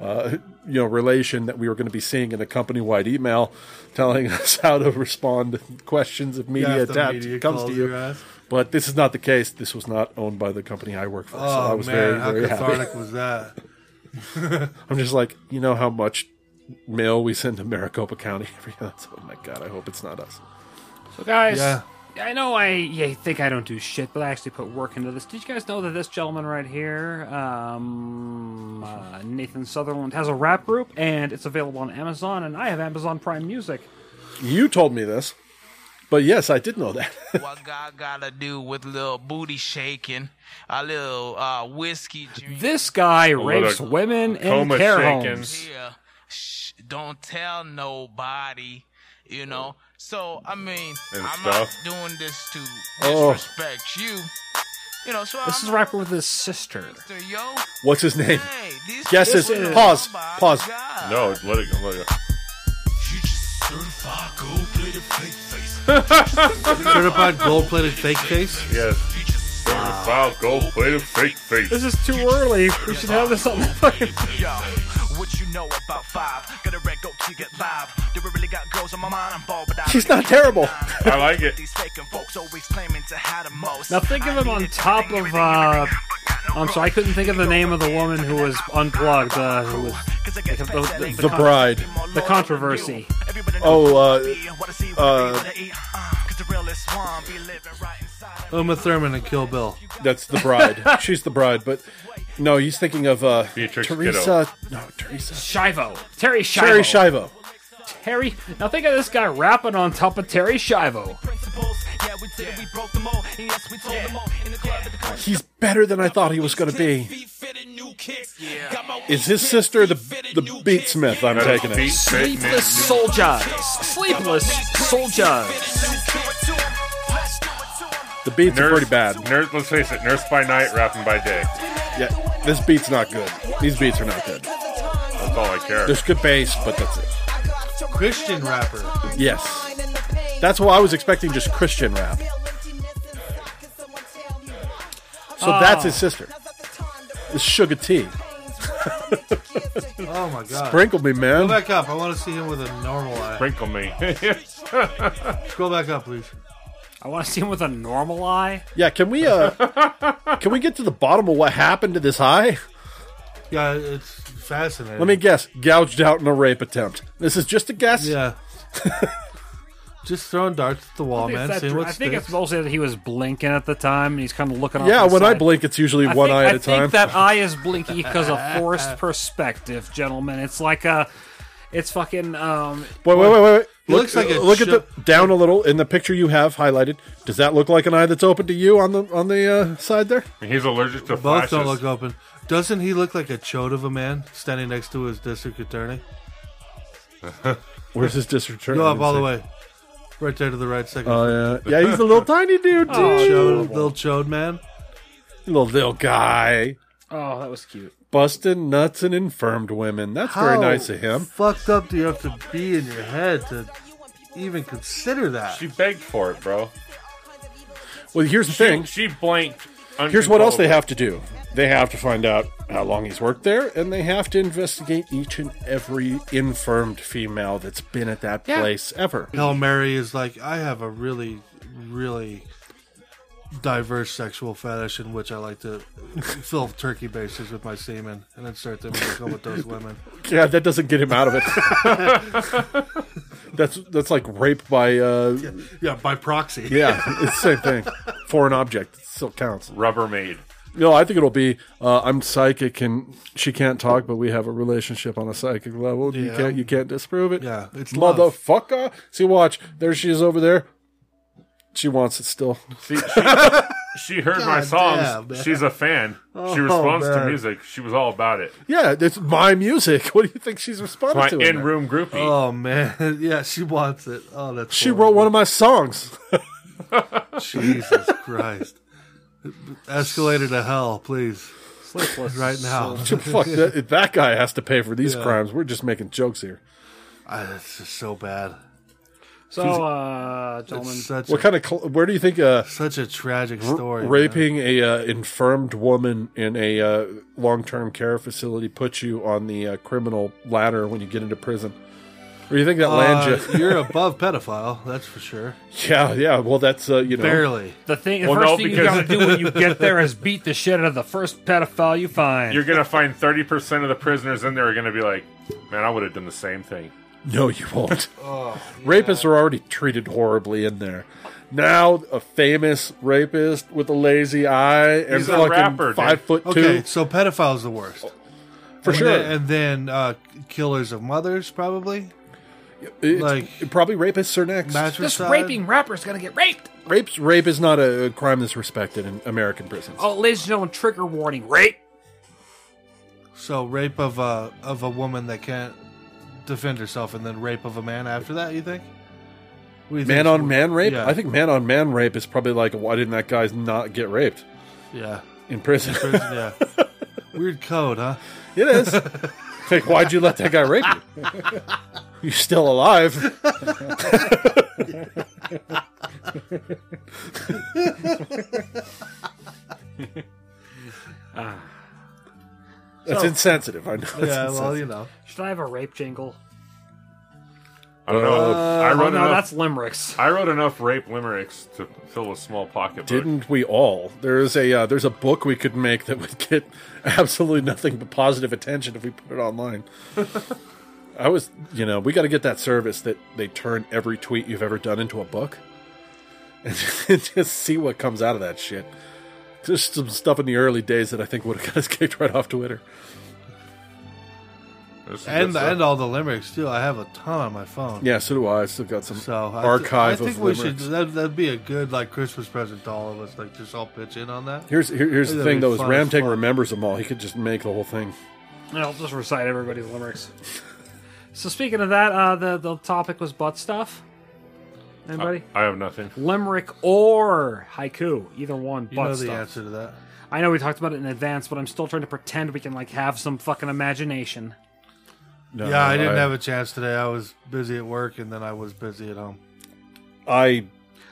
[SPEAKER 3] Uh, you know, relation that we were going to be seeing in a company-wide email telling us how to respond to questions if media,
[SPEAKER 4] Yeah, if the
[SPEAKER 3] tap-
[SPEAKER 4] media
[SPEAKER 3] comes to
[SPEAKER 4] calls
[SPEAKER 3] you.
[SPEAKER 4] your ass.
[SPEAKER 3] But this is not the case. This was not owned by the company I work for. so
[SPEAKER 4] Oh
[SPEAKER 3] I was
[SPEAKER 4] man, how
[SPEAKER 3] very, very happy.
[SPEAKER 4] cathartic was that?
[SPEAKER 3] I'm just like, you know how much mail we send to Maricopa County every month? Oh my God, I hope it's not us.
[SPEAKER 2] So guys,
[SPEAKER 4] Yeah.
[SPEAKER 2] I know I yeah, think I don't do shit, but I actually put work into this. Did you guys know that this gentleman right here, um, uh, Nathan Sutherland, has a rap group and it's available on Amazon, and I have Amazon Prime Music.
[SPEAKER 3] You told me this. But yes, I did know that.
[SPEAKER 10] what God gotta do with little booty shaking, a little uh, whiskey drink.
[SPEAKER 2] This guy
[SPEAKER 5] lot
[SPEAKER 2] rapes
[SPEAKER 5] of
[SPEAKER 2] women in
[SPEAKER 5] coma
[SPEAKER 2] care
[SPEAKER 5] shaking.
[SPEAKER 2] homes.
[SPEAKER 10] Yeah, shh, don't tell nobody, you know. So I mean,
[SPEAKER 5] And
[SPEAKER 10] I'm
[SPEAKER 5] stuff.
[SPEAKER 10] not doing this to
[SPEAKER 3] Oh.
[SPEAKER 10] disrespect you, you know. So
[SPEAKER 2] This is a
[SPEAKER 10] I'm
[SPEAKER 2] rapper with his sister.
[SPEAKER 10] Mr. Yo,
[SPEAKER 3] What's his name?
[SPEAKER 10] hey, these
[SPEAKER 3] Yes,
[SPEAKER 10] people
[SPEAKER 3] it's-
[SPEAKER 10] know
[SPEAKER 3] pause,
[SPEAKER 10] about
[SPEAKER 3] pause.
[SPEAKER 10] God.
[SPEAKER 5] No, let it go. Let it go.
[SPEAKER 6] You just certified gold plated fake face.
[SPEAKER 4] Certified gold-plated fake face.
[SPEAKER 5] Yes. Wow, gold plated fake face.
[SPEAKER 2] This is too early. We should have this on the fucking.
[SPEAKER 11] Yo, what you know about five? Got a red goat to get live. Do we really got girls on my mind? I'm bald, but I
[SPEAKER 3] He's not terrible.
[SPEAKER 5] I like it.
[SPEAKER 11] These faking folks always claiming to have the most.
[SPEAKER 2] Now think of
[SPEAKER 11] I
[SPEAKER 2] him on
[SPEAKER 11] need it,
[SPEAKER 2] top of,
[SPEAKER 11] everything, everything,
[SPEAKER 2] uh,
[SPEAKER 11] everything, but got no
[SPEAKER 2] I'm sorry, I
[SPEAKER 11] growth.
[SPEAKER 2] couldn't think of the name of the woman who was unplugged. Uh, who was
[SPEAKER 11] 'Cause I get
[SPEAKER 2] the-
[SPEAKER 11] fed,
[SPEAKER 2] the-
[SPEAKER 11] that ain't
[SPEAKER 3] The
[SPEAKER 11] gonna
[SPEAKER 3] bride.
[SPEAKER 11] be more loyal
[SPEAKER 2] the
[SPEAKER 11] than
[SPEAKER 2] controversy.
[SPEAKER 11] you. Everybody knows
[SPEAKER 3] Oh,
[SPEAKER 11] what
[SPEAKER 3] uh,
[SPEAKER 11] to be, what to see, what to be, what to eat. Uh, 'cause the realest one be living right inside of
[SPEAKER 4] Uma Thurman and Kill Bill.
[SPEAKER 3] That's the bride. She's the bride. But no, he's thinking of uh,
[SPEAKER 5] Beatrix
[SPEAKER 3] Teresa. No, Teresa.
[SPEAKER 2] Shivo. Terry Shivo.
[SPEAKER 3] Sherry Shivo.
[SPEAKER 2] Terry. Now think of this guy rapping on top of Terry Shivo.
[SPEAKER 11] principles. Yeah, we did it, we broke them all. And yes, we told them all. In the club, at the concert,
[SPEAKER 3] He's better than I thought he was going to be. Is his sister the the Beatsmith? I'm
[SPEAKER 5] That is
[SPEAKER 3] taking it.
[SPEAKER 5] beat fake
[SPEAKER 2] Sleepless soldiers. Sleepless soldiers.
[SPEAKER 3] The beats are
[SPEAKER 5] Nurse-
[SPEAKER 3] pretty bad.
[SPEAKER 5] Nurse, let's face it, nurse by night, rapping by day.
[SPEAKER 3] Yeah, this beat's not good. These beats are not good.
[SPEAKER 5] That's all I care.
[SPEAKER 3] There's good bass, but that's it.
[SPEAKER 4] Christian rapper.
[SPEAKER 3] Yes. That's what I was expecting, just Christian rap. So
[SPEAKER 4] Ah.
[SPEAKER 3] that's his sister. It's Sugar T.
[SPEAKER 4] Oh my god.
[SPEAKER 3] Sprinkle me,
[SPEAKER 4] Go
[SPEAKER 3] man.
[SPEAKER 4] back up. I want to see him with a normal eye.
[SPEAKER 5] Sprinkle me.
[SPEAKER 4] Scroll back up, please.
[SPEAKER 2] I want to see him with a normal eye.
[SPEAKER 3] Yeah, can we uh can we get to the bottom of what happened to this high?
[SPEAKER 4] Yeah, it's fascinating.
[SPEAKER 3] Let me guess. Gouged out in a rape attempt. This is just a guess.
[SPEAKER 4] Yeah. Just throwing darts at the wall,
[SPEAKER 2] I think,
[SPEAKER 4] man.
[SPEAKER 2] it's,
[SPEAKER 4] See
[SPEAKER 2] that-
[SPEAKER 4] what
[SPEAKER 2] I think
[SPEAKER 4] sticks.
[SPEAKER 2] it's mostly that he was blinking at the time, and he's kind of looking. Off
[SPEAKER 3] Yeah,
[SPEAKER 2] to the
[SPEAKER 3] when I
[SPEAKER 2] side.
[SPEAKER 3] blink it's usually
[SPEAKER 2] I
[SPEAKER 3] one
[SPEAKER 2] think,
[SPEAKER 3] eye at
[SPEAKER 2] I
[SPEAKER 3] a time.
[SPEAKER 2] think that eye is blinky because of forced perspective, gentlemen. It's like a, it's fucking. Um,
[SPEAKER 3] wait, wait, wait, wait. wait. Look,
[SPEAKER 4] looks like a
[SPEAKER 3] look at
[SPEAKER 4] chip-
[SPEAKER 3] the down a little in the picture you have highlighted. Does that look like an eye that's open to you on the on the uh, side there?
[SPEAKER 5] He's allergic to
[SPEAKER 4] Both
[SPEAKER 5] flashes.
[SPEAKER 4] don't look open. Doesn't he look like a chode of a man standing next to his district attorney?
[SPEAKER 3] Where's his district attorney?
[SPEAKER 4] Go up all the way. Right there to the right second.
[SPEAKER 3] Oh yeah, yeah. He's a little tiny dude, dude.
[SPEAKER 2] Oh.
[SPEAKER 4] chode, little chode man.
[SPEAKER 3] little little guy
[SPEAKER 2] oh, that was cute.
[SPEAKER 3] busting nuts and infirmed women. That's very
[SPEAKER 4] How
[SPEAKER 3] nice of him.
[SPEAKER 4] Fucked up do you have to be in your head to even consider that?
[SPEAKER 5] She begged for it, bro.
[SPEAKER 3] Well, here's the
[SPEAKER 5] She,
[SPEAKER 3] thing.
[SPEAKER 5] she blanked
[SPEAKER 3] Here's what else they have to do. They have to find out how long he's worked there, and they have to investigate each and every infirmed female that's been at that
[SPEAKER 4] Yeah.
[SPEAKER 3] place ever.
[SPEAKER 4] Hail Mary is like, I have a really, really diverse sexual fetish in which I like to fill turkey bases with my semen and insert them and go with those women.
[SPEAKER 3] Yeah, that doesn't get him out of it. that's that's like rape by uh, yeah,
[SPEAKER 4] yeah, by proxy.
[SPEAKER 3] Yeah, it's the same thing. Foreign object it still counts.
[SPEAKER 5] Rubbermaid.
[SPEAKER 3] No, I think it'll be uh, I'm psychic and she can't talk, but we have a relationship on a psychic level. You
[SPEAKER 4] Yeah.
[SPEAKER 3] can't you can't disprove it.
[SPEAKER 4] Yeah, it's love.
[SPEAKER 3] motherfucker. See, watch there she is over there. She wants it still.
[SPEAKER 5] See, she, she heard my
[SPEAKER 3] God
[SPEAKER 5] songs.
[SPEAKER 3] damn, man.
[SPEAKER 5] She's a fan. she
[SPEAKER 3] Oh,
[SPEAKER 5] responds to
[SPEAKER 3] man.
[SPEAKER 5] music. She was all about it.
[SPEAKER 3] Yeah, it's my music. What do you think she's responding
[SPEAKER 5] My
[SPEAKER 3] to? in there?
[SPEAKER 5] in-room groupie.
[SPEAKER 4] Oh man, yeah, she wants it. Oh, that's
[SPEAKER 3] She wrote one of my songs.
[SPEAKER 4] Jesus Christ. Escalator to hell, please. Right now.
[SPEAKER 3] Fuck that, that guy has to pay for these
[SPEAKER 4] Yeah.
[SPEAKER 3] crimes. We're just making jokes here.
[SPEAKER 4] Ah, That's just so bad.
[SPEAKER 2] So, uh, gentlemen,
[SPEAKER 4] It's such
[SPEAKER 3] what
[SPEAKER 4] a-
[SPEAKER 3] kind of cl- where do you think uh
[SPEAKER 4] such a tragic
[SPEAKER 3] r-
[SPEAKER 4] story?
[SPEAKER 3] raping a uh, infirmed woman in a uh, long-term care facility puts you on the uh, criminal ladder when you get into prison? Or you think
[SPEAKER 4] Uh,
[SPEAKER 3] that lands you?
[SPEAKER 4] are above pedophile, that's for sure.
[SPEAKER 3] yeah, yeah. Well, that's uh, you know
[SPEAKER 4] Barely.
[SPEAKER 2] The thing, the
[SPEAKER 5] Well,
[SPEAKER 2] first
[SPEAKER 5] no,
[SPEAKER 2] thing you
[SPEAKER 5] because-
[SPEAKER 2] gotta do when you get there is beat the shit out of the first pedophile you find.
[SPEAKER 5] You're gonna find thirty percent of the prisoners in there are gonna be like, "Man, I would have done the same thing."
[SPEAKER 3] No, you won't.
[SPEAKER 4] Oh,
[SPEAKER 3] Rapists are already treated horribly in there. Now a famous rapist with a lazy eye and
[SPEAKER 5] He's a
[SPEAKER 3] fucking
[SPEAKER 5] rapper, dude.
[SPEAKER 3] five foot two.
[SPEAKER 4] Okay, so pedophile's the worst.
[SPEAKER 3] For
[SPEAKER 4] And
[SPEAKER 3] sure.
[SPEAKER 4] then- and then uh, killers of mothers, probably.
[SPEAKER 3] It's-
[SPEAKER 4] like-
[SPEAKER 3] probably rapists are next.
[SPEAKER 2] this
[SPEAKER 4] Matricide.
[SPEAKER 2] raping rapper's gonna get raped.
[SPEAKER 3] Rapes, rape is not a a crime that's respected in American prisons.
[SPEAKER 2] Oh, ladies and gentlemen, trigger warning: rape.
[SPEAKER 4] So rape of a of a woman that can't defend herself, and then rape of a man after that. You think? What do you
[SPEAKER 3] man
[SPEAKER 4] think?
[SPEAKER 3] on man rape.
[SPEAKER 4] Yeah.
[SPEAKER 3] I think man on man rape is probably like, why didn't that guy not get raped
[SPEAKER 4] Yeah.
[SPEAKER 3] in prison?
[SPEAKER 4] Prison, yeah. Weird code, huh?
[SPEAKER 3] it is. like, why'd you let that guy rape you? You're still alive. That's
[SPEAKER 2] So-
[SPEAKER 3] insensitive. I know. It's insensitive.
[SPEAKER 4] know.
[SPEAKER 2] Should I have a rape jingle?
[SPEAKER 5] I don't know. I
[SPEAKER 2] oh,
[SPEAKER 5] wrote
[SPEAKER 2] no,
[SPEAKER 5] enough.
[SPEAKER 2] that's limericks.
[SPEAKER 5] I wrote enough rape limericks to fill a small pocketbook.
[SPEAKER 3] Didn't we all? There's a uh, there's a book we could make that would get absolutely nothing but positive attention if we put it online. I was, you know, we got to get that service that they turn every tweet you've ever done into a book, and just see what comes out of that shit. There's some stuff in the early days that I think would have got us kicked right off Twitter.
[SPEAKER 5] There's some good
[SPEAKER 4] And
[SPEAKER 5] stuff.
[SPEAKER 4] and all the limericks too. I have a ton on my phone.
[SPEAKER 3] Yeah, so do I. I still got some
[SPEAKER 4] So I th-
[SPEAKER 3] archive
[SPEAKER 4] I think
[SPEAKER 3] of
[SPEAKER 4] we
[SPEAKER 3] limericks.
[SPEAKER 4] should. That, that'd be a good like Christmas present to all of us. Like just all pitch in on that.
[SPEAKER 3] Here's here, here's the
[SPEAKER 4] I think that'd
[SPEAKER 3] thing
[SPEAKER 4] be
[SPEAKER 3] though: is
[SPEAKER 4] fun as
[SPEAKER 3] Ramtang
[SPEAKER 4] fuck.
[SPEAKER 3] remembers them all. He could just make the whole thing.
[SPEAKER 2] I'll just recite everybody's limericks. so speaking of that, uh, the the topic was butt stuff. Anybody?
[SPEAKER 5] I have nothing.
[SPEAKER 2] Limerick or haiku, either one.
[SPEAKER 4] Uh, You
[SPEAKER 2] butt
[SPEAKER 4] know
[SPEAKER 2] stuff.
[SPEAKER 4] the answer to that.
[SPEAKER 2] I know we talked about it in advance, but I'm still trying to pretend we can like have some fucking imagination.
[SPEAKER 3] No,
[SPEAKER 4] yeah, I didn't have a chance today. I was busy at work, and then I was busy at home.
[SPEAKER 3] I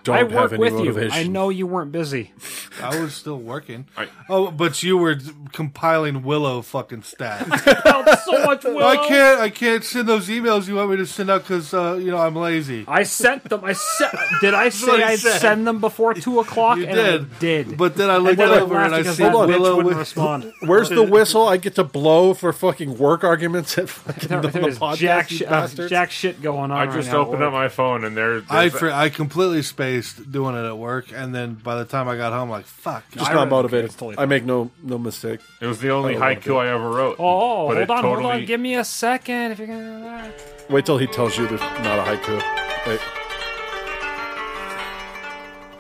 [SPEAKER 3] don't
[SPEAKER 2] I
[SPEAKER 3] have
[SPEAKER 2] work
[SPEAKER 3] any
[SPEAKER 2] with
[SPEAKER 3] motivation.
[SPEAKER 2] you. I know you weren't busy.
[SPEAKER 4] I was still working.
[SPEAKER 5] I-
[SPEAKER 4] Oh, but you were compiling Willow fucking stats.
[SPEAKER 2] Felt so much will.
[SPEAKER 4] I can't. I can't send those emails you want me to send out because uh, you know I'm lazy.
[SPEAKER 2] I sent them. I sent. Did I
[SPEAKER 4] what
[SPEAKER 2] say
[SPEAKER 4] he
[SPEAKER 2] I'd
[SPEAKER 4] said.
[SPEAKER 2] send them before two o'clock?
[SPEAKER 4] You
[SPEAKER 2] and I
[SPEAKER 4] did.
[SPEAKER 2] did.
[SPEAKER 4] But then I looked
[SPEAKER 2] then I
[SPEAKER 4] over and
[SPEAKER 2] laughed
[SPEAKER 4] I
[SPEAKER 2] because
[SPEAKER 4] see
[SPEAKER 2] that bitch
[SPEAKER 4] Willow
[SPEAKER 2] wouldn't
[SPEAKER 4] with-
[SPEAKER 2] respond.
[SPEAKER 3] Where's the whistle I get to blow for fucking work arguments at fucking
[SPEAKER 2] There,
[SPEAKER 3] the, the
[SPEAKER 2] there is
[SPEAKER 3] podcast?
[SPEAKER 2] jack,
[SPEAKER 3] you
[SPEAKER 2] shi- uh,
[SPEAKER 3] bastards?
[SPEAKER 2] jack shit going on.
[SPEAKER 5] I
[SPEAKER 2] right
[SPEAKER 5] just
[SPEAKER 2] now at
[SPEAKER 5] opened up
[SPEAKER 2] work.
[SPEAKER 5] my phone and there.
[SPEAKER 4] I
[SPEAKER 5] there's a-
[SPEAKER 4] fr- I completely spaced doing it at work, and then by the time I got home, like fuck.
[SPEAKER 3] Just
[SPEAKER 2] I
[SPEAKER 3] not
[SPEAKER 2] really-
[SPEAKER 3] motivated.
[SPEAKER 2] it's totally
[SPEAKER 3] I make no no mistake.
[SPEAKER 5] It was the only
[SPEAKER 3] Oh, I don't
[SPEAKER 5] haiku I ever wrote.
[SPEAKER 2] Oh, hold
[SPEAKER 5] but it
[SPEAKER 2] on,
[SPEAKER 5] totally,
[SPEAKER 2] hold on. Give me a second. If you're gonna do that.
[SPEAKER 3] Wait till he tells you there's not a haiku. Wait.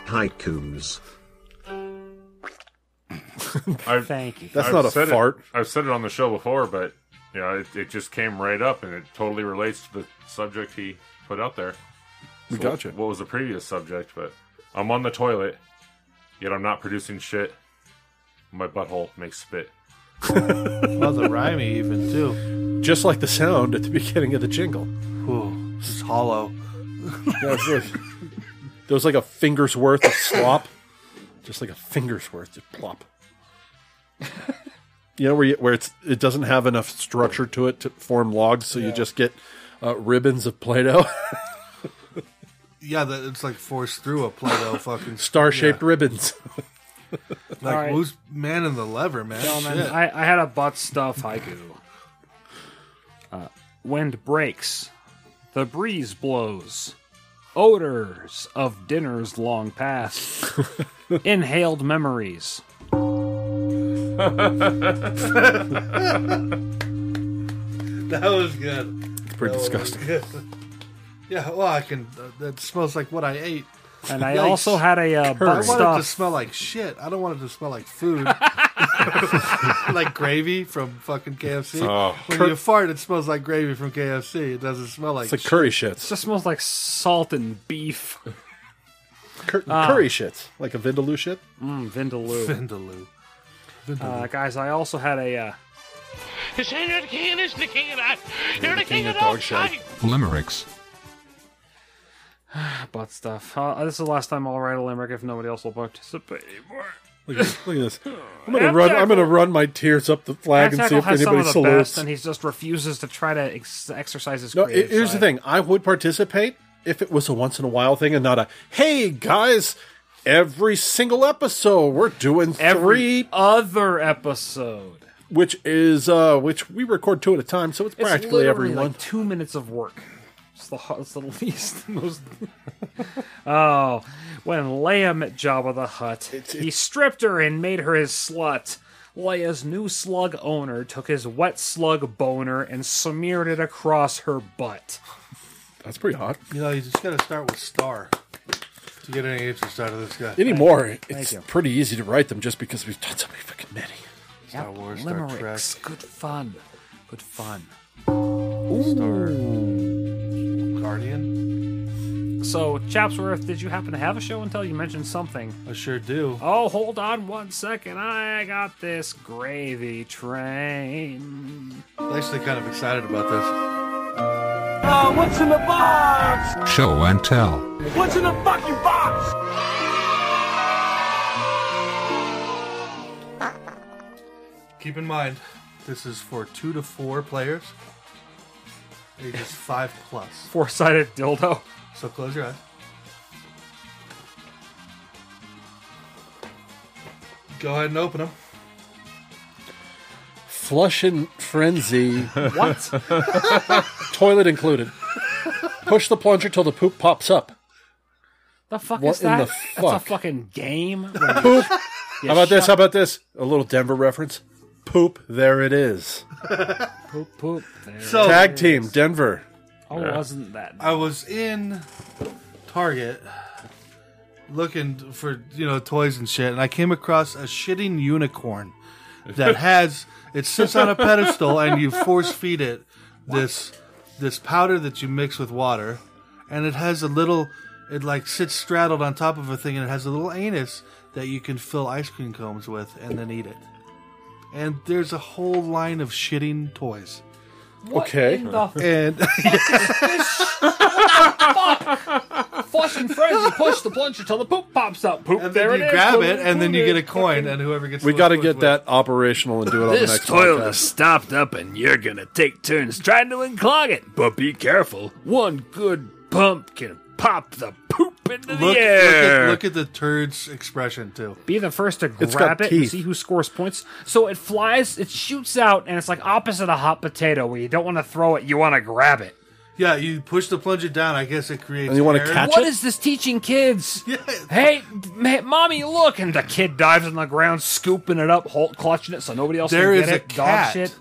[SPEAKER 9] Haikus.
[SPEAKER 5] I've,
[SPEAKER 2] Thank you.
[SPEAKER 3] That's not a
[SPEAKER 5] said it-
[SPEAKER 3] fart.
[SPEAKER 5] I've said it on the show before, but you know, it, it just came right up, and it totally relates to the subject he put out there.
[SPEAKER 3] We
[SPEAKER 5] So
[SPEAKER 3] got you.
[SPEAKER 5] What was the previous subject? But I'm on the toilet, yet I'm not producing shit. My butthole makes spit.
[SPEAKER 4] Well, the rhymey even too.
[SPEAKER 3] Just like the sound at the beginning of the jingle.
[SPEAKER 4] Ooh, this is hollow.
[SPEAKER 3] Yeah, it's really- there was like a finger's worth of slop. just like a finger's worth, just plop. you know where you, where it's it doesn't have enough structure to it to form logs, so you just get uh, ribbons of Play-Doh,
[SPEAKER 4] Yeah, that it's like forced through a Play-Doh fucking
[SPEAKER 3] star-shaped
[SPEAKER 4] yeah.
[SPEAKER 3] ribbons.
[SPEAKER 4] Like
[SPEAKER 2] All right.
[SPEAKER 4] who's man in the lever, man?
[SPEAKER 2] Gentlemen,
[SPEAKER 4] Shit.
[SPEAKER 2] I, I had a butt stuff haiku. Uh, wind breaks, the breeze blows, odors of dinners long past, inhaled memories.
[SPEAKER 4] that was good.
[SPEAKER 3] Pretty
[SPEAKER 4] That was
[SPEAKER 3] disgusting.
[SPEAKER 4] good. yeah, well, I can. Uh, that smells like what I ate.
[SPEAKER 2] And I
[SPEAKER 4] Yikes.
[SPEAKER 2] also had a uh,
[SPEAKER 4] I
[SPEAKER 2] butt
[SPEAKER 4] want it to
[SPEAKER 2] stuff.
[SPEAKER 4] smell like shit. I don't want it to smell like food. like gravy from fucking KFC.
[SPEAKER 5] Oh.
[SPEAKER 4] When you fart, it smells like gravy from KFC. It doesn't smell like,
[SPEAKER 3] It's like
[SPEAKER 4] shit.
[SPEAKER 3] curry shits,
[SPEAKER 2] It just smells like salt and beef.
[SPEAKER 3] Cur- curry shits, like a vindaloo shit.
[SPEAKER 2] Mmm, Vindaloo.
[SPEAKER 4] Vindaloo.
[SPEAKER 2] Uh, guys, I also had a. Uh,
[SPEAKER 7] You're the king, it's the king of that. You're the king of
[SPEAKER 3] dog
[SPEAKER 7] dog
[SPEAKER 3] shit.
[SPEAKER 7] shit.
[SPEAKER 6] Limericks.
[SPEAKER 2] butt stuff. Uh, this is the last time I'll write a limerick if nobody else will participate anymore.
[SPEAKER 3] Look at this. Look at this. I'm gonna run. I'm gonna run my tears up the flag and see
[SPEAKER 2] Tackle
[SPEAKER 3] if
[SPEAKER 2] has some
[SPEAKER 3] anybody
[SPEAKER 2] of the
[SPEAKER 3] salutes.
[SPEAKER 2] best, and he just refuses to try to ex- exercise his.
[SPEAKER 3] No, i-
[SPEAKER 2] creative
[SPEAKER 3] here's
[SPEAKER 2] side.
[SPEAKER 3] the thing. I would participate if it was a once in a while thing and not a hey guys, every single episode we're doing
[SPEAKER 2] Every
[SPEAKER 3] three,
[SPEAKER 2] other episode,
[SPEAKER 3] which is uh which we record two at a time, so it's
[SPEAKER 2] it's
[SPEAKER 3] practically every
[SPEAKER 2] literally like
[SPEAKER 3] one.
[SPEAKER 2] two minutes of work. It's the hard- it's the least most. oh, when Leia met Jabba the Hutt, he stripped her and made her his slut. Leia's new slug owner took his wet slug boner and smeared it across her butt.
[SPEAKER 3] That's pretty hot.
[SPEAKER 4] You know, you just gotta start with star to get any interest out of this guy.
[SPEAKER 3] Anymore, it's
[SPEAKER 2] you.
[SPEAKER 3] pretty easy to write them just because we've done so many fucking many.
[SPEAKER 4] Star Wars, Star Trek.
[SPEAKER 2] Limericks, good fun, good fun.
[SPEAKER 4] Guardian.
[SPEAKER 2] So, Chapsworth, did you happen to have a show until you mentioned something?
[SPEAKER 4] I sure do.
[SPEAKER 2] Oh, hold on one second. I got this gravy train.
[SPEAKER 4] I'm actually kind of excited about this.
[SPEAKER 6] Show and tell.
[SPEAKER 4] Keep in mind, this is for two to four players, ages five plus.
[SPEAKER 2] Four sided dildo.
[SPEAKER 4] So close your eyes. Go ahead and open them.
[SPEAKER 3] Flush and frenzy,
[SPEAKER 2] What?
[SPEAKER 3] toilet included. Push the plunger till the poop pops up.
[SPEAKER 2] the fuck
[SPEAKER 3] What
[SPEAKER 2] is
[SPEAKER 3] in
[SPEAKER 2] that?
[SPEAKER 3] the fuck?
[SPEAKER 2] That's a fucking game.
[SPEAKER 3] Poop.
[SPEAKER 2] You
[SPEAKER 3] How about this? How
[SPEAKER 2] shut-
[SPEAKER 3] about this? A little Denver reference. Poop. There it is.
[SPEAKER 2] Poop, poop. There.
[SPEAKER 4] So
[SPEAKER 3] Tag team Denver.
[SPEAKER 2] oh, wasn't that?
[SPEAKER 6] Uh,
[SPEAKER 4] I was in Target looking for you know toys and shit, and I came across a shitting unicorn that has it sits on a pedestal, and you force feed it this this powder that you mix with water, and it has a little it like sits straddled on top of a thing, and it has a little anus that you can fill ice cream cones with, and then eat it. And there's a whole line of shitting toys.
[SPEAKER 2] What
[SPEAKER 3] okay.
[SPEAKER 2] in the
[SPEAKER 4] And
[SPEAKER 2] flush and frenzy? Push the plunger till the poop pops up. Poop.
[SPEAKER 4] and
[SPEAKER 2] there
[SPEAKER 4] then
[SPEAKER 2] it
[SPEAKER 4] you
[SPEAKER 2] is.
[SPEAKER 4] grab
[SPEAKER 2] Poop,
[SPEAKER 4] it, and then you
[SPEAKER 2] poop,
[SPEAKER 4] get a
[SPEAKER 2] poop.
[SPEAKER 4] coin, and whoever gets
[SPEAKER 3] We
[SPEAKER 4] the
[SPEAKER 3] got to
[SPEAKER 4] most
[SPEAKER 3] get
[SPEAKER 4] wins
[SPEAKER 3] that operational and do it on the
[SPEAKER 6] This
[SPEAKER 3] next
[SPEAKER 6] toilet is
[SPEAKER 3] podcast.
[SPEAKER 6] stopped up and you're gonna take turns trying to unclog it. But be careful. One good pump can pop the poop into
[SPEAKER 4] wins. Look,
[SPEAKER 6] the
[SPEAKER 4] look
[SPEAKER 6] air.
[SPEAKER 4] at, look at the turd's expression too.
[SPEAKER 2] Be the first to
[SPEAKER 3] It's
[SPEAKER 2] grab
[SPEAKER 3] got
[SPEAKER 2] it and
[SPEAKER 3] teeth.
[SPEAKER 2] see who scores points. So it flies, it shoots out, and it's like opposite a hot potato where you don't want to throw it, you want to grab it.
[SPEAKER 4] Yeah, you push the plunger down. I guess it creates.
[SPEAKER 3] And you wanna
[SPEAKER 4] air.
[SPEAKER 3] catch-
[SPEAKER 2] What
[SPEAKER 3] it?
[SPEAKER 2] is this teaching kids? Hey, ma- mommy, look! And the kid dives on the ground, scooping it up, hol- clutching it so nobody else
[SPEAKER 4] There
[SPEAKER 2] can
[SPEAKER 4] is
[SPEAKER 2] get
[SPEAKER 4] a
[SPEAKER 2] it. Dog
[SPEAKER 4] cat,
[SPEAKER 2] shit.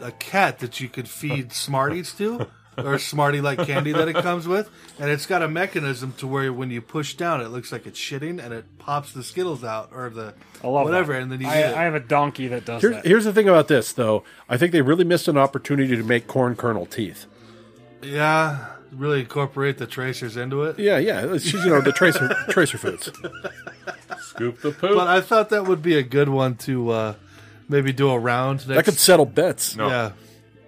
[SPEAKER 4] a cat that you could feed Smarties to, or Smartie like candy that it comes with, and it's got a mechanism to where when you push down, it looks like it's shitting, and it pops the Skittles out or the
[SPEAKER 2] I love
[SPEAKER 4] whatever,
[SPEAKER 2] that.
[SPEAKER 4] and then you
[SPEAKER 2] I,
[SPEAKER 4] eat it.
[SPEAKER 2] I have a donkey that does
[SPEAKER 3] Here-
[SPEAKER 2] that.
[SPEAKER 3] here's the thing about this, though. I think they really missed an opportunity to make corn kernel teeth.
[SPEAKER 4] yeah, really incorporate the tracers into it.
[SPEAKER 3] Yeah, yeah. It's, you know, the tracer tracer foods.
[SPEAKER 5] Scoop the poop.
[SPEAKER 4] But I thought that would be a good one to uh, maybe do a round. Next,
[SPEAKER 3] That could settle bets.
[SPEAKER 5] no,
[SPEAKER 4] yeah.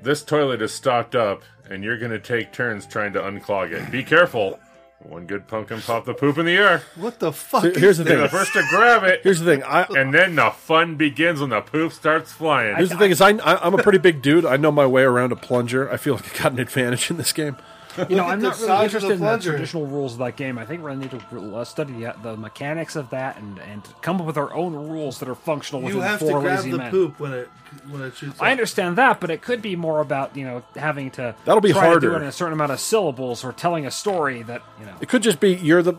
[SPEAKER 5] this toilet is stopped up, and you're gonna take turns trying to unclog it. Be careful. One good pumpkin popped the poop in the air.
[SPEAKER 4] What the fuck?
[SPEAKER 3] See, here's the
[SPEAKER 5] They're
[SPEAKER 3] thing.
[SPEAKER 5] the first to grab it.
[SPEAKER 3] Here's the thing. I,
[SPEAKER 5] and then the fun begins when the poop starts flying.
[SPEAKER 3] Here's the thing: is I, I I'm a pretty big dude. I know my way around a plunger. I feel like I got an advantage in this game.
[SPEAKER 2] You know,
[SPEAKER 4] at
[SPEAKER 2] I'm
[SPEAKER 4] the
[SPEAKER 2] not
[SPEAKER 4] size of the
[SPEAKER 2] really interested in the
[SPEAKER 4] plunger.
[SPEAKER 2] traditional rules of that game. I think we're going to need to uh, study the, the mechanics of that and, and come up with our own rules that are functional
[SPEAKER 4] You
[SPEAKER 2] within
[SPEAKER 4] have to
[SPEAKER 2] four
[SPEAKER 4] grab
[SPEAKER 2] lazy
[SPEAKER 4] the
[SPEAKER 2] men.
[SPEAKER 4] poop when it when it shoots.
[SPEAKER 2] I
[SPEAKER 4] up.
[SPEAKER 2] understand that, but it could be more about you know having to
[SPEAKER 3] That'll be
[SPEAKER 2] try to do
[SPEAKER 3] harder.
[SPEAKER 2] it in a certain amount of syllables or telling a story that you know.
[SPEAKER 3] It could just be you're the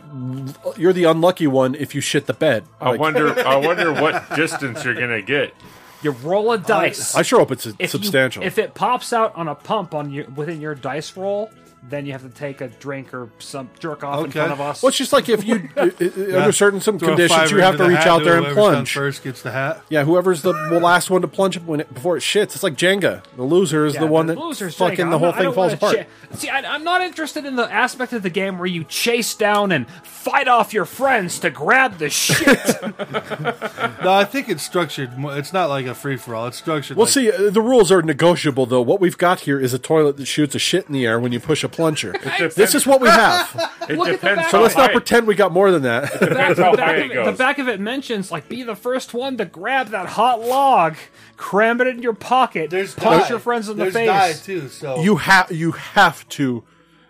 [SPEAKER 3] you're the unlucky one if you shit the bed.
[SPEAKER 5] I
[SPEAKER 3] Like,
[SPEAKER 5] wonder. I wonder what distance you're gonna get.
[SPEAKER 2] You roll a dice.
[SPEAKER 3] I sure hope it's
[SPEAKER 2] If you-
[SPEAKER 3] substantial.
[SPEAKER 2] if it pops out on a pump on you within your dice roll, then you have to take a drink or some jerk off in
[SPEAKER 4] Okay.
[SPEAKER 2] front of us.
[SPEAKER 3] well, it's just like if you i- i- under certain some
[SPEAKER 4] Throw a
[SPEAKER 3] conditions
[SPEAKER 4] fiver
[SPEAKER 3] you have
[SPEAKER 4] into
[SPEAKER 3] to
[SPEAKER 4] the
[SPEAKER 3] reach
[SPEAKER 4] hat
[SPEAKER 3] out
[SPEAKER 4] to
[SPEAKER 3] there and
[SPEAKER 4] whoever's done
[SPEAKER 3] plunge.
[SPEAKER 4] First gets the hat.
[SPEAKER 3] Yeah, whoever's the last one to plunge when it, before it shits. It's like Jenga. The loser is
[SPEAKER 2] Yeah,
[SPEAKER 3] the one that
[SPEAKER 2] loser's
[SPEAKER 3] fucking
[SPEAKER 2] drink.
[SPEAKER 3] the
[SPEAKER 2] I'm
[SPEAKER 3] whole
[SPEAKER 2] not- I
[SPEAKER 3] thing
[SPEAKER 2] don't
[SPEAKER 3] falls
[SPEAKER 2] wanna
[SPEAKER 3] apart.
[SPEAKER 2] cha- See, I, I'm not interested in the aspect of the game where you chase down and fight off your friends to grab the shit.
[SPEAKER 4] No, I think it's structured. mo- It's not like a free for all. It's structured.
[SPEAKER 3] Well,
[SPEAKER 4] like,
[SPEAKER 3] see, uh, the rules are negotiable, though. What we've got here is a toilet that shoots a shit in the air when you push a plunger. this is what we have.
[SPEAKER 5] It
[SPEAKER 2] Look at the
[SPEAKER 5] depends.
[SPEAKER 2] back
[SPEAKER 3] So let's
[SPEAKER 5] how
[SPEAKER 3] not
[SPEAKER 5] high-
[SPEAKER 3] pretend we got more than that.
[SPEAKER 2] back,
[SPEAKER 5] That's
[SPEAKER 2] the,
[SPEAKER 5] how
[SPEAKER 2] back
[SPEAKER 5] high
[SPEAKER 2] of
[SPEAKER 5] it
[SPEAKER 2] it, the
[SPEAKER 5] goes.
[SPEAKER 2] back of it mentions like be the first one to grab that hot log, cram it in your pocket,
[SPEAKER 4] there's
[SPEAKER 2] punch
[SPEAKER 4] dye.
[SPEAKER 2] your friends in the
[SPEAKER 4] There's
[SPEAKER 2] face.
[SPEAKER 4] dye, too. So
[SPEAKER 3] you have you have to.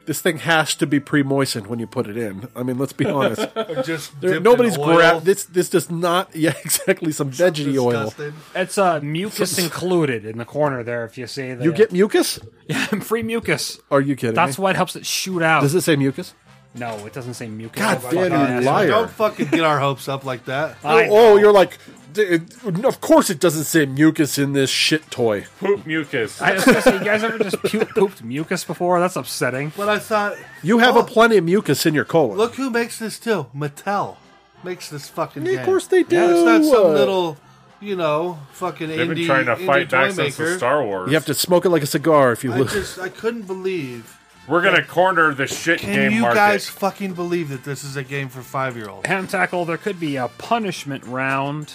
[SPEAKER 3] This thing has to be pre-moistened when you put it in. I mean, let's be honest.
[SPEAKER 4] just
[SPEAKER 3] There-
[SPEAKER 4] dipped in
[SPEAKER 3] nobody's
[SPEAKER 4] oil.
[SPEAKER 3] grabbed this. This does not. Yeah, exactly. Some veggie oil.
[SPEAKER 4] Disgusting.
[SPEAKER 2] It's uh, mucus included in the corner there. If you see the
[SPEAKER 3] You get mucus?
[SPEAKER 2] free mucus,
[SPEAKER 3] Are you kidding?
[SPEAKER 2] that's
[SPEAKER 3] me?
[SPEAKER 2] why it helps it shoot out.
[SPEAKER 3] Does it say mucus?
[SPEAKER 2] no, it doesn't say mucus.
[SPEAKER 3] God
[SPEAKER 2] Oh my
[SPEAKER 3] damn
[SPEAKER 2] God.
[SPEAKER 3] you, liar!
[SPEAKER 4] Don't fucking get our hopes up like that.
[SPEAKER 2] I-
[SPEAKER 3] oh, you're like. "D- it- Of course, it doesn't say mucus in this shit toy.
[SPEAKER 5] poop mucus.
[SPEAKER 2] I was gonna say, you guys ever just pu- pooped mucus before? That's upsetting.
[SPEAKER 4] But I thought,
[SPEAKER 3] You have a plenty of mucus in your colon.
[SPEAKER 4] Oh. look who makes this too. Mattel makes this fucking.
[SPEAKER 3] Yeah,
[SPEAKER 4] game.
[SPEAKER 3] of course they do.
[SPEAKER 4] Yeah, it's not
[SPEAKER 3] Uh,
[SPEAKER 4] some little, you know, fucking
[SPEAKER 5] They've
[SPEAKER 4] indie,
[SPEAKER 5] been trying to
[SPEAKER 4] indie
[SPEAKER 5] fight
[SPEAKER 4] toy
[SPEAKER 5] back since
[SPEAKER 4] maker.
[SPEAKER 5] the Star Wars.
[SPEAKER 3] You have to smoke it like a cigar if you
[SPEAKER 4] I
[SPEAKER 3] lose.
[SPEAKER 4] just, I couldn't believe.
[SPEAKER 5] We're gonna corner the shit
[SPEAKER 4] Can
[SPEAKER 5] game
[SPEAKER 4] you
[SPEAKER 5] market.
[SPEAKER 4] guys fucking believe that this is a game for five year olds?
[SPEAKER 2] Ham tackle. There could be a punishment round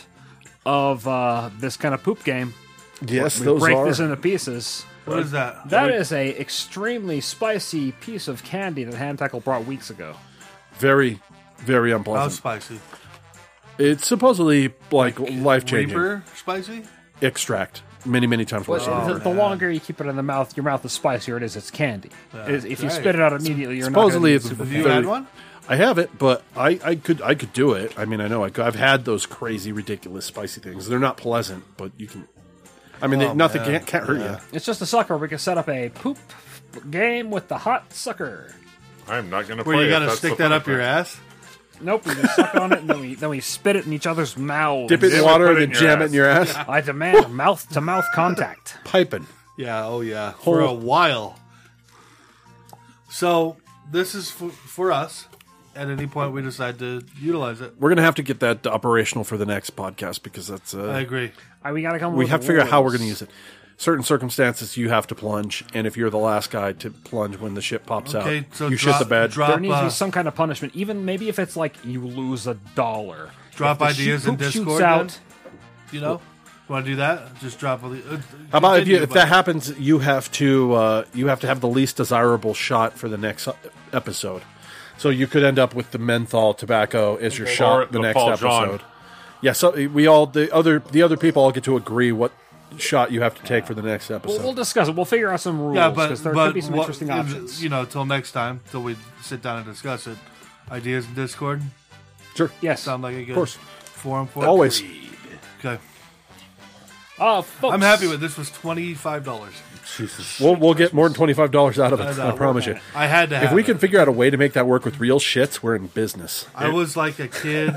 [SPEAKER 2] of uh, this kind of poop game.
[SPEAKER 3] yes,
[SPEAKER 2] We
[SPEAKER 3] those
[SPEAKER 2] break
[SPEAKER 3] are.
[SPEAKER 2] this into pieces.
[SPEAKER 4] What is that?
[SPEAKER 2] That is a extremely spicy piece of candy that Ham Tackle brought weeks ago.
[SPEAKER 3] very, very
[SPEAKER 4] How
[SPEAKER 3] unpleasant.
[SPEAKER 4] spicy?
[SPEAKER 3] it's supposedly like life changing
[SPEAKER 4] Reaper spicy?
[SPEAKER 3] extract many, many times. worse.
[SPEAKER 2] Uh, the, the longer you keep it in the mouth, your mouth the spicier it is. It's candy. It is- if you
[SPEAKER 4] right.
[SPEAKER 2] spit it out immediately, you're
[SPEAKER 3] Supposedly,
[SPEAKER 2] not
[SPEAKER 3] it's
[SPEAKER 2] going to
[SPEAKER 4] Have you
[SPEAKER 3] very-
[SPEAKER 4] had one?
[SPEAKER 3] I have it, but I, I could I could do it. I mean, I know I could, I've had those crazy, ridiculous, spicy things. They're not pleasant, but you can. I mean,
[SPEAKER 4] Oh,
[SPEAKER 3] they, nothing can't, can't hurt
[SPEAKER 2] It's just a sucker. We can set up a poop game with the hot sucker.
[SPEAKER 5] I'm not gonna.
[SPEAKER 4] Where
[SPEAKER 5] play
[SPEAKER 4] you
[SPEAKER 5] it,
[SPEAKER 4] gotta
[SPEAKER 5] Oh, that's
[SPEAKER 4] stick
[SPEAKER 5] the
[SPEAKER 4] that up
[SPEAKER 5] fun
[SPEAKER 4] your
[SPEAKER 5] part.
[SPEAKER 4] ass?
[SPEAKER 2] Nope, we just suck on it and then we then we spit it in each other's mouths.
[SPEAKER 3] you. Dip it in
[SPEAKER 5] Never
[SPEAKER 3] water
[SPEAKER 5] put
[SPEAKER 3] and then
[SPEAKER 5] it in your
[SPEAKER 3] jam it
[SPEAKER 5] ass.
[SPEAKER 3] in your ass.
[SPEAKER 2] I demand mouth to mouth contact.
[SPEAKER 3] Piping.
[SPEAKER 4] Yeah, oh yeah. For a while. So, this is for, for us. At any point we decide to utilize it.
[SPEAKER 3] We're gonna have to get that operational for the next podcast because that's uh,
[SPEAKER 4] I agree.
[SPEAKER 2] I, we gotta come. up
[SPEAKER 3] we
[SPEAKER 2] with
[SPEAKER 3] have to figure out how we're
[SPEAKER 2] rules.
[SPEAKER 3] going to use it. Certain circumstances, you have to plunge, and if you're the last guy to plunge when the ship pops
[SPEAKER 4] Okay,
[SPEAKER 3] out,
[SPEAKER 4] so
[SPEAKER 3] you
[SPEAKER 4] drop,
[SPEAKER 3] shit the bed.
[SPEAKER 4] drop,
[SPEAKER 2] There needs to
[SPEAKER 4] uh,
[SPEAKER 2] be some kind of punishment, even maybe if it's like you lose a dollar.
[SPEAKER 4] drop
[SPEAKER 2] If the
[SPEAKER 4] ideas
[SPEAKER 2] shoot-
[SPEAKER 4] in
[SPEAKER 2] poop shoots
[SPEAKER 4] Discord.
[SPEAKER 2] out-
[SPEAKER 4] Then, you know? Want to do that? Just drop a. Uh,
[SPEAKER 3] How about if, you,
[SPEAKER 4] continue,
[SPEAKER 3] if
[SPEAKER 4] but-
[SPEAKER 3] that happens, you have to uh, you have to have the least desirable shot for the next uh, episode. So you could end up with the menthol tobacco as your
[SPEAKER 5] Or
[SPEAKER 3] shot the,
[SPEAKER 5] the
[SPEAKER 3] next
[SPEAKER 5] Paul John.
[SPEAKER 3] episode. Yeah, so we all the other the other people all get to agree what shot you have to take for the next
[SPEAKER 2] We'll, we'll
[SPEAKER 3] episode.
[SPEAKER 2] discuss it. We'll figure out some rules
[SPEAKER 4] Yeah,
[SPEAKER 2] because
[SPEAKER 4] but
[SPEAKER 2] there
[SPEAKER 4] but
[SPEAKER 2] could be some
[SPEAKER 4] what-
[SPEAKER 2] interesting
[SPEAKER 4] in-
[SPEAKER 2] options.
[SPEAKER 4] You know, till next time, till we sit down and discuss it. Ideas in Discord
[SPEAKER 3] Sure,
[SPEAKER 2] yes.
[SPEAKER 4] sound like a good
[SPEAKER 3] course.
[SPEAKER 4] forum for it?
[SPEAKER 3] always.
[SPEAKER 4] Okay,
[SPEAKER 2] Uh, folks,
[SPEAKER 4] I'm happy with this. Was twenty five dollars?
[SPEAKER 3] We'll we'll get more than twenty five dollars out of
[SPEAKER 4] I
[SPEAKER 3] it.
[SPEAKER 4] know.
[SPEAKER 3] I promise you.
[SPEAKER 4] I had to. Have
[SPEAKER 3] If we
[SPEAKER 4] it.
[SPEAKER 3] can figure out a way to make that work with real shits, we're in business.
[SPEAKER 4] I was like a kid,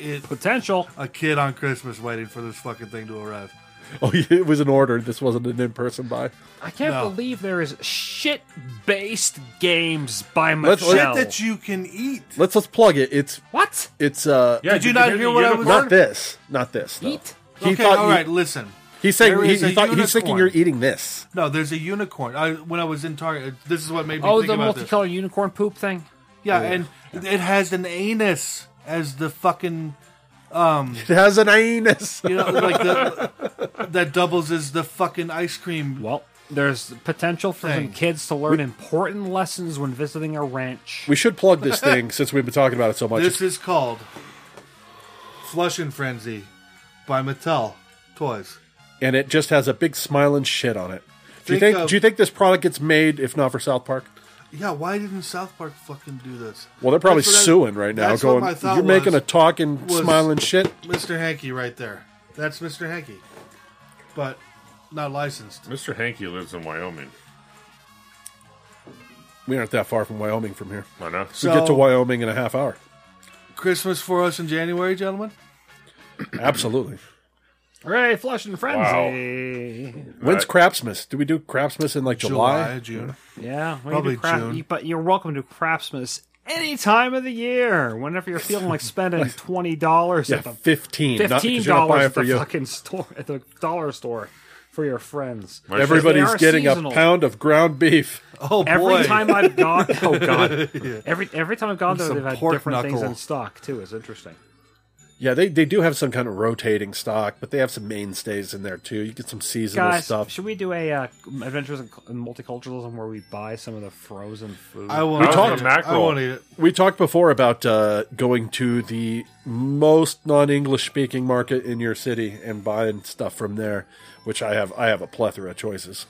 [SPEAKER 4] it,
[SPEAKER 2] potential.
[SPEAKER 4] a kid on Christmas waiting for this fucking thing to arrive.
[SPEAKER 3] Oh, yeah, it was an order. This wasn't an in-person buy.
[SPEAKER 2] I can't
[SPEAKER 4] No.
[SPEAKER 2] believe there is shit-based games by
[SPEAKER 3] Let's-
[SPEAKER 2] Michelle.
[SPEAKER 3] let's-
[SPEAKER 4] Shit that you can eat.
[SPEAKER 3] Let's let's plug it. It's
[SPEAKER 2] what?
[SPEAKER 3] it's uh
[SPEAKER 5] Yeah,
[SPEAKER 4] Did you not
[SPEAKER 5] the
[SPEAKER 4] hear what I was-
[SPEAKER 5] unicorn?
[SPEAKER 3] not this, not this. though.
[SPEAKER 2] Eat?
[SPEAKER 3] He
[SPEAKER 4] okay,
[SPEAKER 3] thought
[SPEAKER 4] all
[SPEAKER 3] you-
[SPEAKER 4] right. Listen,
[SPEAKER 3] He's saying
[SPEAKER 4] There
[SPEAKER 3] he,
[SPEAKER 4] is a
[SPEAKER 3] he thought he's thinking
[SPEAKER 4] unicorn.
[SPEAKER 3] you're eating this.
[SPEAKER 4] no, there's a unicorn. I when I was in Target, this is what made me
[SPEAKER 2] Oh,
[SPEAKER 4] think
[SPEAKER 2] the
[SPEAKER 4] about this.
[SPEAKER 2] multicolored unicorn poop thing.
[SPEAKER 4] Yeah, and it has an anus as the fucking
[SPEAKER 3] It has an anus.
[SPEAKER 4] You know, like the, that doubles as the fucking ice cream
[SPEAKER 2] Well, There's potential for some kids to learn important lessons when visiting a ranch.
[SPEAKER 3] We should plug this thing since we've been talking about it so much.
[SPEAKER 4] This is called Flush and Frenzy by Mattel Toys.
[SPEAKER 3] and it just has a big smiling shit on it. Do you
[SPEAKER 4] Think
[SPEAKER 3] think?
[SPEAKER 4] of-
[SPEAKER 3] do you think this product gets made if not for South Park?
[SPEAKER 4] Yeah, why didn't South Park fucking do this?
[SPEAKER 3] Well, they're probably
[SPEAKER 4] That's what I-
[SPEAKER 3] suing right now,
[SPEAKER 4] that's
[SPEAKER 3] going,
[SPEAKER 4] what my thought
[SPEAKER 3] "You're making
[SPEAKER 4] was-
[SPEAKER 3] a talking,
[SPEAKER 4] was
[SPEAKER 3] smiling shit."
[SPEAKER 4] Mr. Hanky, right there. That's Mr. Hanky, but not licensed.
[SPEAKER 5] Mr. Hanky lives in Wyoming.
[SPEAKER 3] We aren't that far from Wyoming from here.
[SPEAKER 5] I know.
[SPEAKER 3] we get to
[SPEAKER 4] So-
[SPEAKER 3] Wyoming in a half hour.
[SPEAKER 4] Christmas for us in January, gentlemen.
[SPEAKER 3] Absolutely.
[SPEAKER 2] Hooray, Flush and Frenzy.
[SPEAKER 3] When's Crapsmas? Do we do Crapsmas in like July?
[SPEAKER 4] July, June.
[SPEAKER 2] Yeah, we
[SPEAKER 4] Probably
[SPEAKER 2] do crap,
[SPEAKER 4] June.
[SPEAKER 2] You, but you're welcome to Craftsmas any time of the year. Whenever you're feeling like spending twenty dollars
[SPEAKER 3] Yeah,
[SPEAKER 2] at the
[SPEAKER 3] fifteen. not- 'cause
[SPEAKER 2] fifteen
[SPEAKER 3] you're not buying
[SPEAKER 2] dollars at
[SPEAKER 3] for
[SPEAKER 2] the
[SPEAKER 3] you.
[SPEAKER 2] fucking store at the dollar store for your friends.
[SPEAKER 5] My
[SPEAKER 2] They
[SPEAKER 3] Everybody's
[SPEAKER 2] are
[SPEAKER 3] getting
[SPEAKER 2] seasonal.
[SPEAKER 3] a pound of ground beef.
[SPEAKER 4] Oh boy!
[SPEAKER 2] Every time I've gone, oh god, every every time I've gone there,
[SPEAKER 4] some
[SPEAKER 2] they've had
[SPEAKER 4] pork
[SPEAKER 2] different things
[SPEAKER 4] knuckle.
[SPEAKER 2] in stock too. It's interesting.
[SPEAKER 3] Yeah, they, they do have some kind of rotating stock, but they have some mainstays in there too. You get some seasonal
[SPEAKER 2] Guys,
[SPEAKER 3] stuff.
[SPEAKER 2] should we do a uh, Adventures in Cul- in Multiculturalism where we buy some of the frozen food?
[SPEAKER 4] I won't.
[SPEAKER 5] How's
[SPEAKER 4] Eat
[SPEAKER 5] the
[SPEAKER 4] it. I
[SPEAKER 5] mackerel?
[SPEAKER 4] won't eat it.
[SPEAKER 3] We talked before about uh, going to the most non-English speaking market in your city and buying stuff from there, which I have. I have a plethora of choices.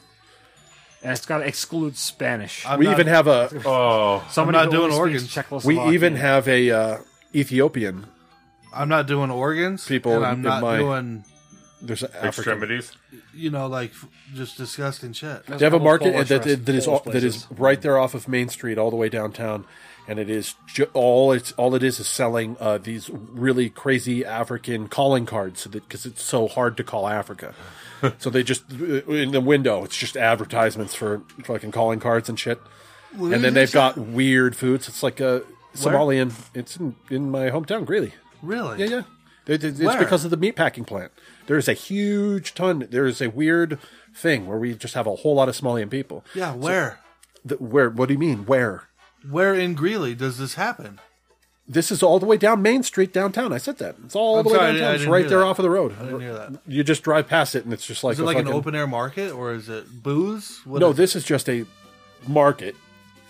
[SPEAKER 2] and it's got to exclude Spanish.
[SPEAKER 4] I'm
[SPEAKER 3] we
[SPEAKER 4] not-
[SPEAKER 3] even have a.
[SPEAKER 5] Oh,
[SPEAKER 2] Somebody
[SPEAKER 4] not
[SPEAKER 2] who
[SPEAKER 4] doing
[SPEAKER 2] only
[SPEAKER 4] organs.
[SPEAKER 2] speaks
[SPEAKER 3] We
[SPEAKER 2] Czechoslovakian.
[SPEAKER 3] even have a uh, Ethiopian.
[SPEAKER 4] I'm not doing organs.
[SPEAKER 3] People
[SPEAKER 4] and
[SPEAKER 3] in-
[SPEAKER 4] I'm
[SPEAKER 3] in
[SPEAKER 4] not
[SPEAKER 3] my-
[SPEAKER 4] doing
[SPEAKER 3] There's an African.
[SPEAKER 5] extremities.
[SPEAKER 4] you know like f- just disgusting shit.
[SPEAKER 3] They have a
[SPEAKER 2] couple
[SPEAKER 3] market
[SPEAKER 2] Polish
[SPEAKER 3] that, that, that is
[SPEAKER 2] rest-
[SPEAKER 3] all, that is
[SPEAKER 2] Polish
[SPEAKER 3] right there off of Main Street, all the way downtown, and it is ju- all it's all it is is selling uh, these really crazy African calling cards, so because it's so hard to call Africa, so they just uh, in the window it's just advertisements for fucking calling cards and shit, and then they've got weird foods. It's like a Somalian. It's in, in my hometown, Greeley.
[SPEAKER 4] Really?
[SPEAKER 3] Yeah, yeah. They- they- It's
[SPEAKER 4] Where?
[SPEAKER 3] because of the meatpacking plant. There's a huge ton. There's a weird thing where we just have a whole lot of Somalian people.
[SPEAKER 4] Yeah, where?
[SPEAKER 3] The, where? What do you mean? Where?
[SPEAKER 4] Where in Greeley does this happen?
[SPEAKER 3] This is all the way down Main Street downtown. I said that. It's all
[SPEAKER 4] I'm
[SPEAKER 3] the way
[SPEAKER 4] sorry, I
[SPEAKER 3] downtown.
[SPEAKER 4] didn't- I
[SPEAKER 3] it's
[SPEAKER 4] didn't
[SPEAKER 3] right
[SPEAKER 4] hear
[SPEAKER 3] there
[SPEAKER 4] that.
[SPEAKER 3] off of the road.
[SPEAKER 4] I didn't hear that.
[SPEAKER 3] You just drive past it, and it's just like
[SPEAKER 4] Is it
[SPEAKER 3] a
[SPEAKER 4] like an
[SPEAKER 3] fucking-
[SPEAKER 4] open air market or is it booze? What
[SPEAKER 3] No,
[SPEAKER 4] is-
[SPEAKER 3] this is just a market.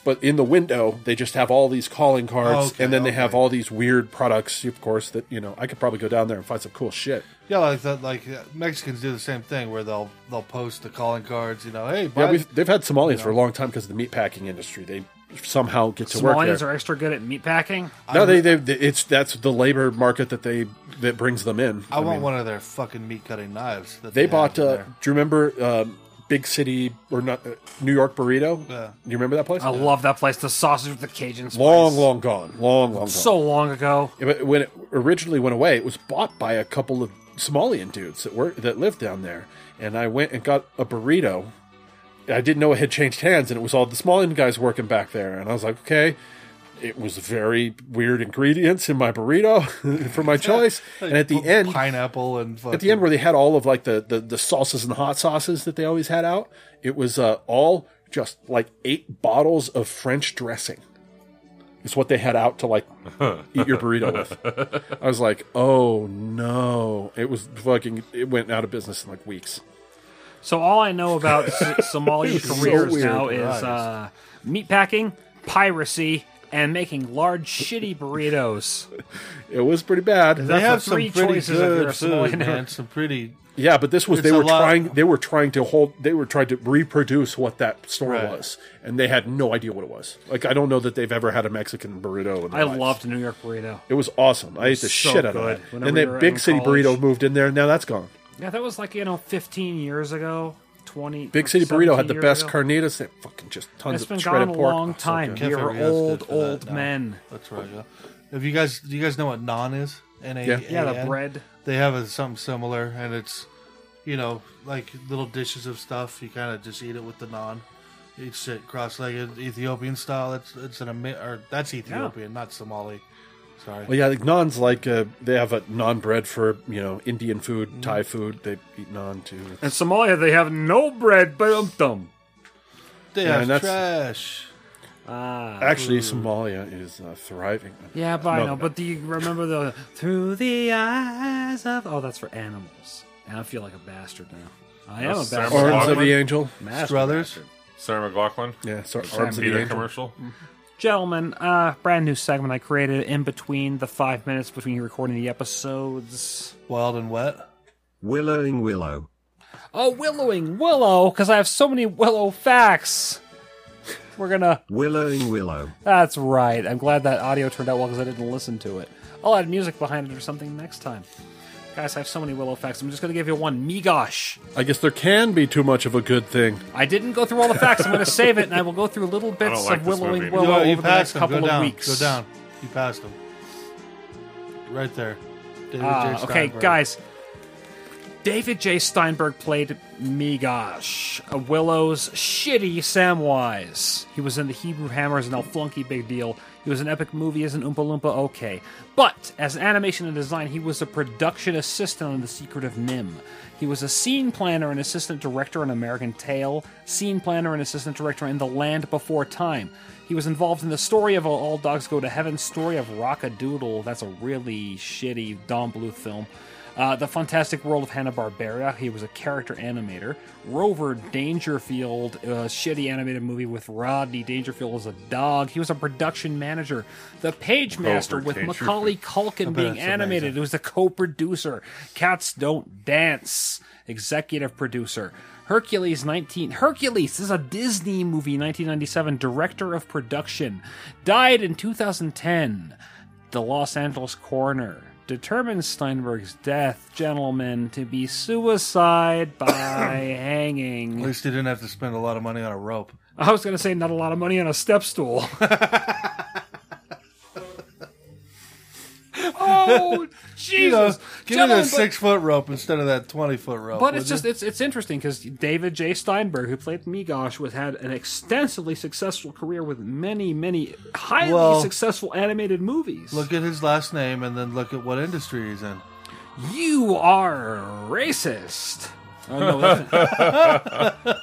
[SPEAKER 3] But in the window, they just have all these calling cards,
[SPEAKER 4] Okay,
[SPEAKER 3] and then they have
[SPEAKER 4] okay.
[SPEAKER 3] all these weird products, of course. That you know, I could probably go down there and find some cool shit.
[SPEAKER 4] yeah, like that. Like uh, Mexicans do the same thing where they'll they'll post the calling cards. You know, hey, buy
[SPEAKER 3] Yeah, we've, they've had Somalians for a long time because of the meatpacking industry. They somehow get to work
[SPEAKER 2] Somalians
[SPEAKER 3] there.
[SPEAKER 2] are extra good at meatpacking.
[SPEAKER 3] no, they, they, they- it's that's the labor market that they that brings them in.
[SPEAKER 4] I, want
[SPEAKER 3] mean,
[SPEAKER 4] one of their fucking meat cutting knives. That
[SPEAKER 3] They
[SPEAKER 4] have
[SPEAKER 3] bought.
[SPEAKER 4] in
[SPEAKER 3] Uh, do
[SPEAKER 4] there.
[SPEAKER 3] you remember um, Big City or not uh, New York burrito?
[SPEAKER 4] Yeah.
[SPEAKER 3] Do you remember that place?
[SPEAKER 2] I love that place. The sausage with the Cajun spice.
[SPEAKER 3] long, long gone. Long, long gone.
[SPEAKER 2] so long ago.
[SPEAKER 3] Yeah, but when it originally went away, it was bought by a couple of Somalian dudes that were that lived down there. And I went and got a burrito. I didn't know it had changed hands, and it was all the Somalian guys working back there. And I was like, okay. It was very weird ingredients in my burrito for my choice. and at the
[SPEAKER 4] Put
[SPEAKER 3] end,
[SPEAKER 4] pineapple and fucking,
[SPEAKER 3] at the end where they had all of like the, the, the sauces and hot sauces that they always had out, it was uh, all just like eight bottles of French dressing. It's what they had out to like eat your burrito with. I was like, oh no! It was fucking. It went out of business in like weeks.
[SPEAKER 2] So all I know about S- Somali careers
[SPEAKER 3] weird.
[SPEAKER 2] now is uh, meatpacking, piracy, and making large shitty burritos.
[SPEAKER 3] It was pretty bad.
[SPEAKER 4] they have
[SPEAKER 2] the
[SPEAKER 4] some
[SPEAKER 2] three
[SPEAKER 4] pretty
[SPEAKER 2] choices if you're a
[SPEAKER 4] good
[SPEAKER 2] Somalian.
[SPEAKER 4] food, man. Some pretty
[SPEAKER 3] Yeah, but this was
[SPEAKER 4] It's
[SPEAKER 3] they
[SPEAKER 4] a
[SPEAKER 3] were
[SPEAKER 4] lot-
[SPEAKER 3] trying they were trying to hold they were trying to reproduce what that store
[SPEAKER 4] Right.
[SPEAKER 3] was, and they had no idea what it was. Like I don't know that they've ever had a Mexican burrito. In their
[SPEAKER 2] I
[SPEAKER 3] lives.
[SPEAKER 2] loved New York burrito.
[SPEAKER 3] It was awesome. I ate the
[SPEAKER 2] was so
[SPEAKER 3] shit out of
[SPEAKER 2] good
[SPEAKER 3] it.
[SPEAKER 2] whenever
[SPEAKER 3] And
[SPEAKER 2] we
[SPEAKER 3] then
[SPEAKER 2] were
[SPEAKER 3] Big
[SPEAKER 2] in
[SPEAKER 3] City
[SPEAKER 2] college.
[SPEAKER 3] Burrito moved in there. Now that's gone.
[SPEAKER 2] Yeah, that was like you know 15 years ago, 20.
[SPEAKER 3] Big City Burrito had the
[SPEAKER 2] 17
[SPEAKER 3] best
[SPEAKER 2] years ago.
[SPEAKER 3] carnitas. They fucking just tons
[SPEAKER 2] It's been
[SPEAKER 3] of
[SPEAKER 2] gone
[SPEAKER 3] shredded
[SPEAKER 2] a
[SPEAKER 3] pork.
[SPEAKER 2] long
[SPEAKER 3] Oh, so
[SPEAKER 2] time.
[SPEAKER 3] good.
[SPEAKER 2] We are
[SPEAKER 4] Can't figure out
[SPEAKER 2] old,
[SPEAKER 4] who's good for
[SPEAKER 2] old
[SPEAKER 4] that now.
[SPEAKER 2] men.
[SPEAKER 4] That's right. Yeah. If you guys, do you guys know what naan is? N a
[SPEAKER 3] Yeah.
[SPEAKER 2] Yeah, the
[SPEAKER 4] A N?
[SPEAKER 2] bread.
[SPEAKER 4] They have a, something similar, and it's, you know, like little dishes of stuff. You kind of just eat it with the naan. You sit cross-legged, Ethiopian style. That's it's an Ami- or that's Ethiopian, not Somali. Sorry.
[SPEAKER 3] Well, yeah, like naan's like uh, they have a naan bread for you know Indian food,
[SPEAKER 2] Mm.
[SPEAKER 3] Thai food. They eat naan too.
[SPEAKER 2] In Somalia, they have no bread, but um dum.
[SPEAKER 4] they
[SPEAKER 3] yeah,
[SPEAKER 4] have
[SPEAKER 3] and that's-
[SPEAKER 4] trash.
[SPEAKER 2] Ah.
[SPEAKER 3] Actually, Somalia is uh, thriving.
[SPEAKER 2] Yeah, but I
[SPEAKER 3] No,
[SPEAKER 2] know.
[SPEAKER 3] no.
[SPEAKER 2] But do you remember the through the eyes of? Oh, that's for animals. And I feel like a bastard now. I am a
[SPEAKER 5] Sarah
[SPEAKER 2] bastard.
[SPEAKER 3] Arms of
[SPEAKER 5] McLachlan?
[SPEAKER 3] the Angel.
[SPEAKER 2] Master
[SPEAKER 4] Struthers.
[SPEAKER 5] Sarah McLaughlin.
[SPEAKER 3] Yeah, sorry,
[SPEAKER 5] Sam
[SPEAKER 3] Arms of the
[SPEAKER 5] Peter
[SPEAKER 3] Angel.
[SPEAKER 5] commercial.
[SPEAKER 2] Gentlemen, uh, brand new segment I created in between the five minutes between recording the episodes.
[SPEAKER 4] Wild and wet.
[SPEAKER 9] Willowing Willow.
[SPEAKER 2] Oh, Willowing Willow, because I have so many Willow facts. We're gonna.
[SPEAKER 9] Willowing Willow.
[SPEAKER 2] That's right. I'm glad that audio turned out well because I didn't listen to it. I'll add music behind it or something next time. Guys, I have so many Willow facts. I'm just gonna give you one. Me gosh.
[SPEAKER 3] I guess there can be too much of a good thing.
[SPEAKER 2] I didn't go through all the facts. I'm going to save it, and I will go through little
[SPEAKER 5] I
[SPEAKER 2] bits
[SPEAKER 5] don't like
[SPEAKER 2] of
[SPEAKER 5] this
[SPEAKER 2] Willowing
[SPEAKER 5] movie.
[SPEAKER 2] Willow
[SPEAKER 4] you, you
[SPEAKER 2] over the next
[SPEAKER 4] passed him.
[SPEAKER 2] couple
[SPEAKER 4] Go
[SPEAKER 2] of
[SPEAKER 4] down.
[SPEAKER 2] weeks.
[SPEAKER 4] Go down. You passed him. Right there. David J.
[SPEAKER 2] Ah, okay,
[SPEAKER 4] Steinberg.
[SPEAKER 2] guys. David J. Steinberg played Migosh, a Willow's shitty Samwise. He was in the Hebrew Hammer as an Elflunky big deal. He was an epic movie as an Oompa Loompa, okay. But as an animation and design, he was a production assistant on The Secret of Nim. He was a scene planner and assistant director on American Tail, scene planner and assistant director in The Land Before Time. He was involved in the story of All Dogs Go to Heaven, story of Rockadoodle. That's a really shitty Don Bluth film. Uh, the Fantastic World of Hanna-Barbera. He was a character animator. Rover Dangerfield, a shitty animated movie with Rodney Dangerfield as a dog. He was a production manager. The Page Master
[SPEAKER 5] Rover
[SPEAKER 2] with
[SPEAKER 5] Dangerfield.
[SPEAKER 2] Macaulay Culkin being
[SPEAKER 4] that's
[SPEAKER 2] animated. It was the co-producer. Cats Don't Dance, executive producer. Hercules 19 Hercules this is a Disney movie 1997 director of production died in 2010 the Los Angeles coroner determines Steinberg's death, gentlemen, to be suicide by
[SPEAKER 4] At
[SPEAKER 2] hanging.
[SPEAKER 4] least you didn't have to spend a lot of money on a rope.
[SPEAKER 2] I was going to say not a lot of money on a step stool. oh Jesus!
[SPEAKER 4] You know, give me
[SPEAKER 2] Gentlemen,
[SPEAKER 4] a
[SPEAKER 2] but-
[SPEAKER 4] six foot rope instead of that twenty foot rope.
[SPEAKER 2] But
[SPEAKER 4] would
[SPEAKER 2] it's just
[SPEAKER 4] you?
[SPEAKER 2] it's it's interesting because David J. Steinberg, who played Migosh, was had an extensively successful career with many many highly
[SPEAKER 4] Well-
[SPEAKER 2] successful animated movies.
[SPEAKER 4] look at his last name and then look at what industry he's in.
[SPEAKER 2] you are racist. Oh no, that's-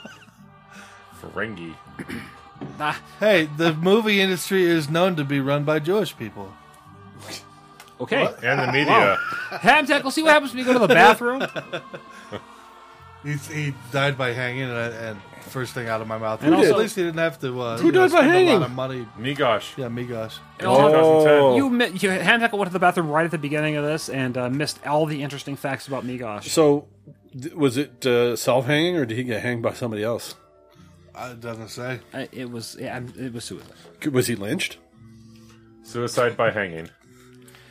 [SPEAKER 5] Ferengi.
[SPEAKER 2] Ah,
[SPEAKER 4] Hey, the movie industry is known to be run by Jewish people.
[SPEAKER 2] okay.
[SPEAKER 5] And the media.
[SPEAKER 2] Ham tackle, see what happens when you go to the bathroom.
[SPEAKER 4] He's, he died by hanging, and, and first thing out of my mouth.
[SPEAKER 2] And also-
[SPEAKER 4] at least he didn't have to. Uh,
[SPEAKER 3] Who
[SPEAKER 4] you know,
[SPEAKER 3] died by
[SPEAKER 4] spend A
[SPEAKER 3] hanging?
[SPEAKER 4] lot of money.
[SPEAKER 5] Me gosh.
[SPEAKER 4] Yeah, me gosh.
[SPEAKER 2] And also,
[SPEAKER 3] Oh.
[SPEAKER 2] You, mi- you Ham tackle went to the bathroom right at the beginning of this and uh, missed all the interesting facts about Migosh.
[SPEAKER 3] So, th- was it uh, self hanging or did he get hanged by somebody else?
[SPEAKER 4] Uh, It doesn't say.
[SPEAKER 2] Uh, it was yeah, I'm- it was suicide.
[SPEAKER 3] C- Was he lynched?
[SPEAKER 5] Suicide by hanging.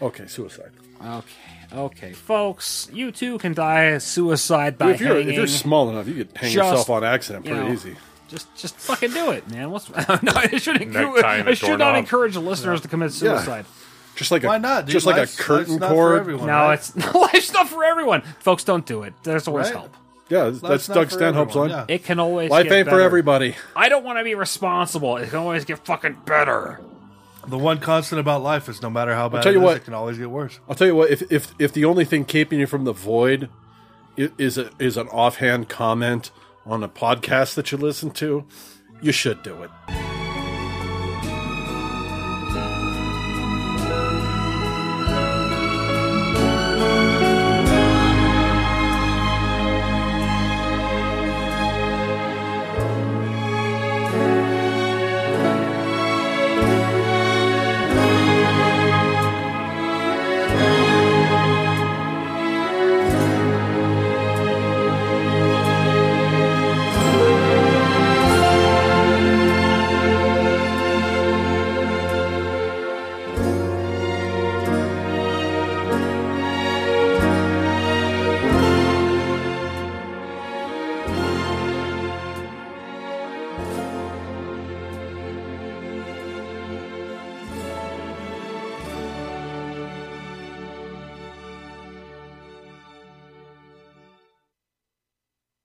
[SPEAKER 3] Okay, suicide.
[SPEAKER 2] Okay, okay, folks, you too can die suicide by
[SPEAKER 3] if you're
[SPEAKER 2] hanging.
[SPEAKER 3] if you're small enough, you could hang
[SPEAKER 2] Just,
[SPEAKER 3] yourself on accident
[SPEAKER 2] you
[SPEAKER 3] pretty
[SPEAKER 2] know,
[SPEAKER 3] easy.
[SPEAKER 2] Just just fucking do it, man. What's no? I should, encourage,
[SPEAKER 5] Necktie and a
[SPEAKER 2] I should not
[SPEAKER 5] doorknob.
[SPEAKER 2] encourage listeners to commit suicide.
[SPEAKER 3] Just like
[SPEAKER 4] Why
[SPEAKER 3] a
[SPEAKER 4] not? Dude?
[SPEAKER 3] just like
[SPEAKER 4] Life's-
[SPEAKER 3] a curtain
[SPEAKER 4] life's not For
[SPEAKER 3] cord.
[SPEAKER 4] everyone,
[SPEAKER 2] No,
[SPEAKER 4] right?
[SPEAKER 2] it's life's not for everyone. Folks, don't do it. There's always
[SPEAKER 4] Right?
[SPEAKER 2] help.
[SPEAKER 3] Yeah, that's
[SPEAKER 4] Life's not
[SPEAKER 3] Doug
[SPEAKER 4] for
[SPEAKER 3] Stanhope's
[SPEAKER 4] everyone,
[SPEAKER 3] line.
[SPEAKER 4] yeah.
[SPEAKER 2] It can always
[SPEAKER 3] Life
[SPEAKER 2] get
[SPEAKER 3] ain't for
[SPEAKER 2] better.
[SPEAKER 3] everybody.
[SPEAKER 2] I don't want to be responsible. It can always get fucking better.
[SPEAKER 4] The one constant about life is no matter how bad
[SPEAKER 3] tell you
[SPEAKER 4] it is,
[SPEAKER 3] what.
[SPEAKER 4] it can always get worse.
[SPEAKER 3] I'll tell you what. If if if the only thing keeping you from the void i- is a, is an offhand comment on a podcast that you listen to, you should do it.